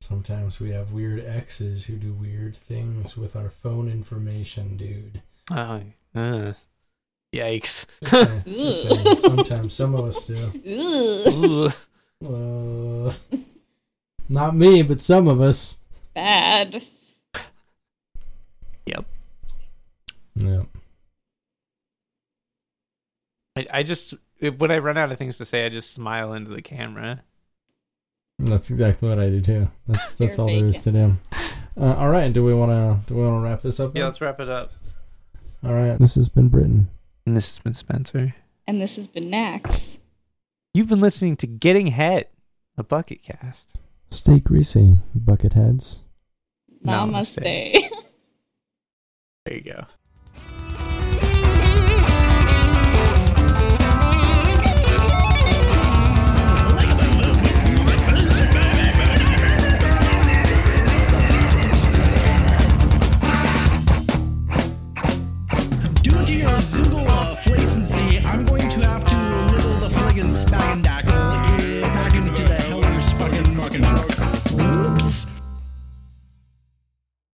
S5: Sometimes we have weird exes who do weird things with our phone information, dude.
S1: Oh, uh, yikes!
S5: Just saying, just saying. Sometimes some of us do.
S3: Ugh,
S1: Ooh.
S5: Uh,
S2: Not me, but some of us.
S3: bad
S2: Yeah.
S1: I, I just when I run out of things to say, I just smile into the camera.
S2: That's exactly what I do too. That's
S3: You're
S2: that's all there is to do. Uh, all right, do we want to do we want to wrap this up?
S1: Yeah,
S2: then?
S1: let's wrap it up.
S2: All right. This has been Britain.
S1: And this has been Spencer.
S3: and this has been nax
S1: You've been listening to Getting Het, a Bucket Cast.
S2: Stay greasy, bucketheads.
S1: Namaste.
S3: namaste.
S1: There you go.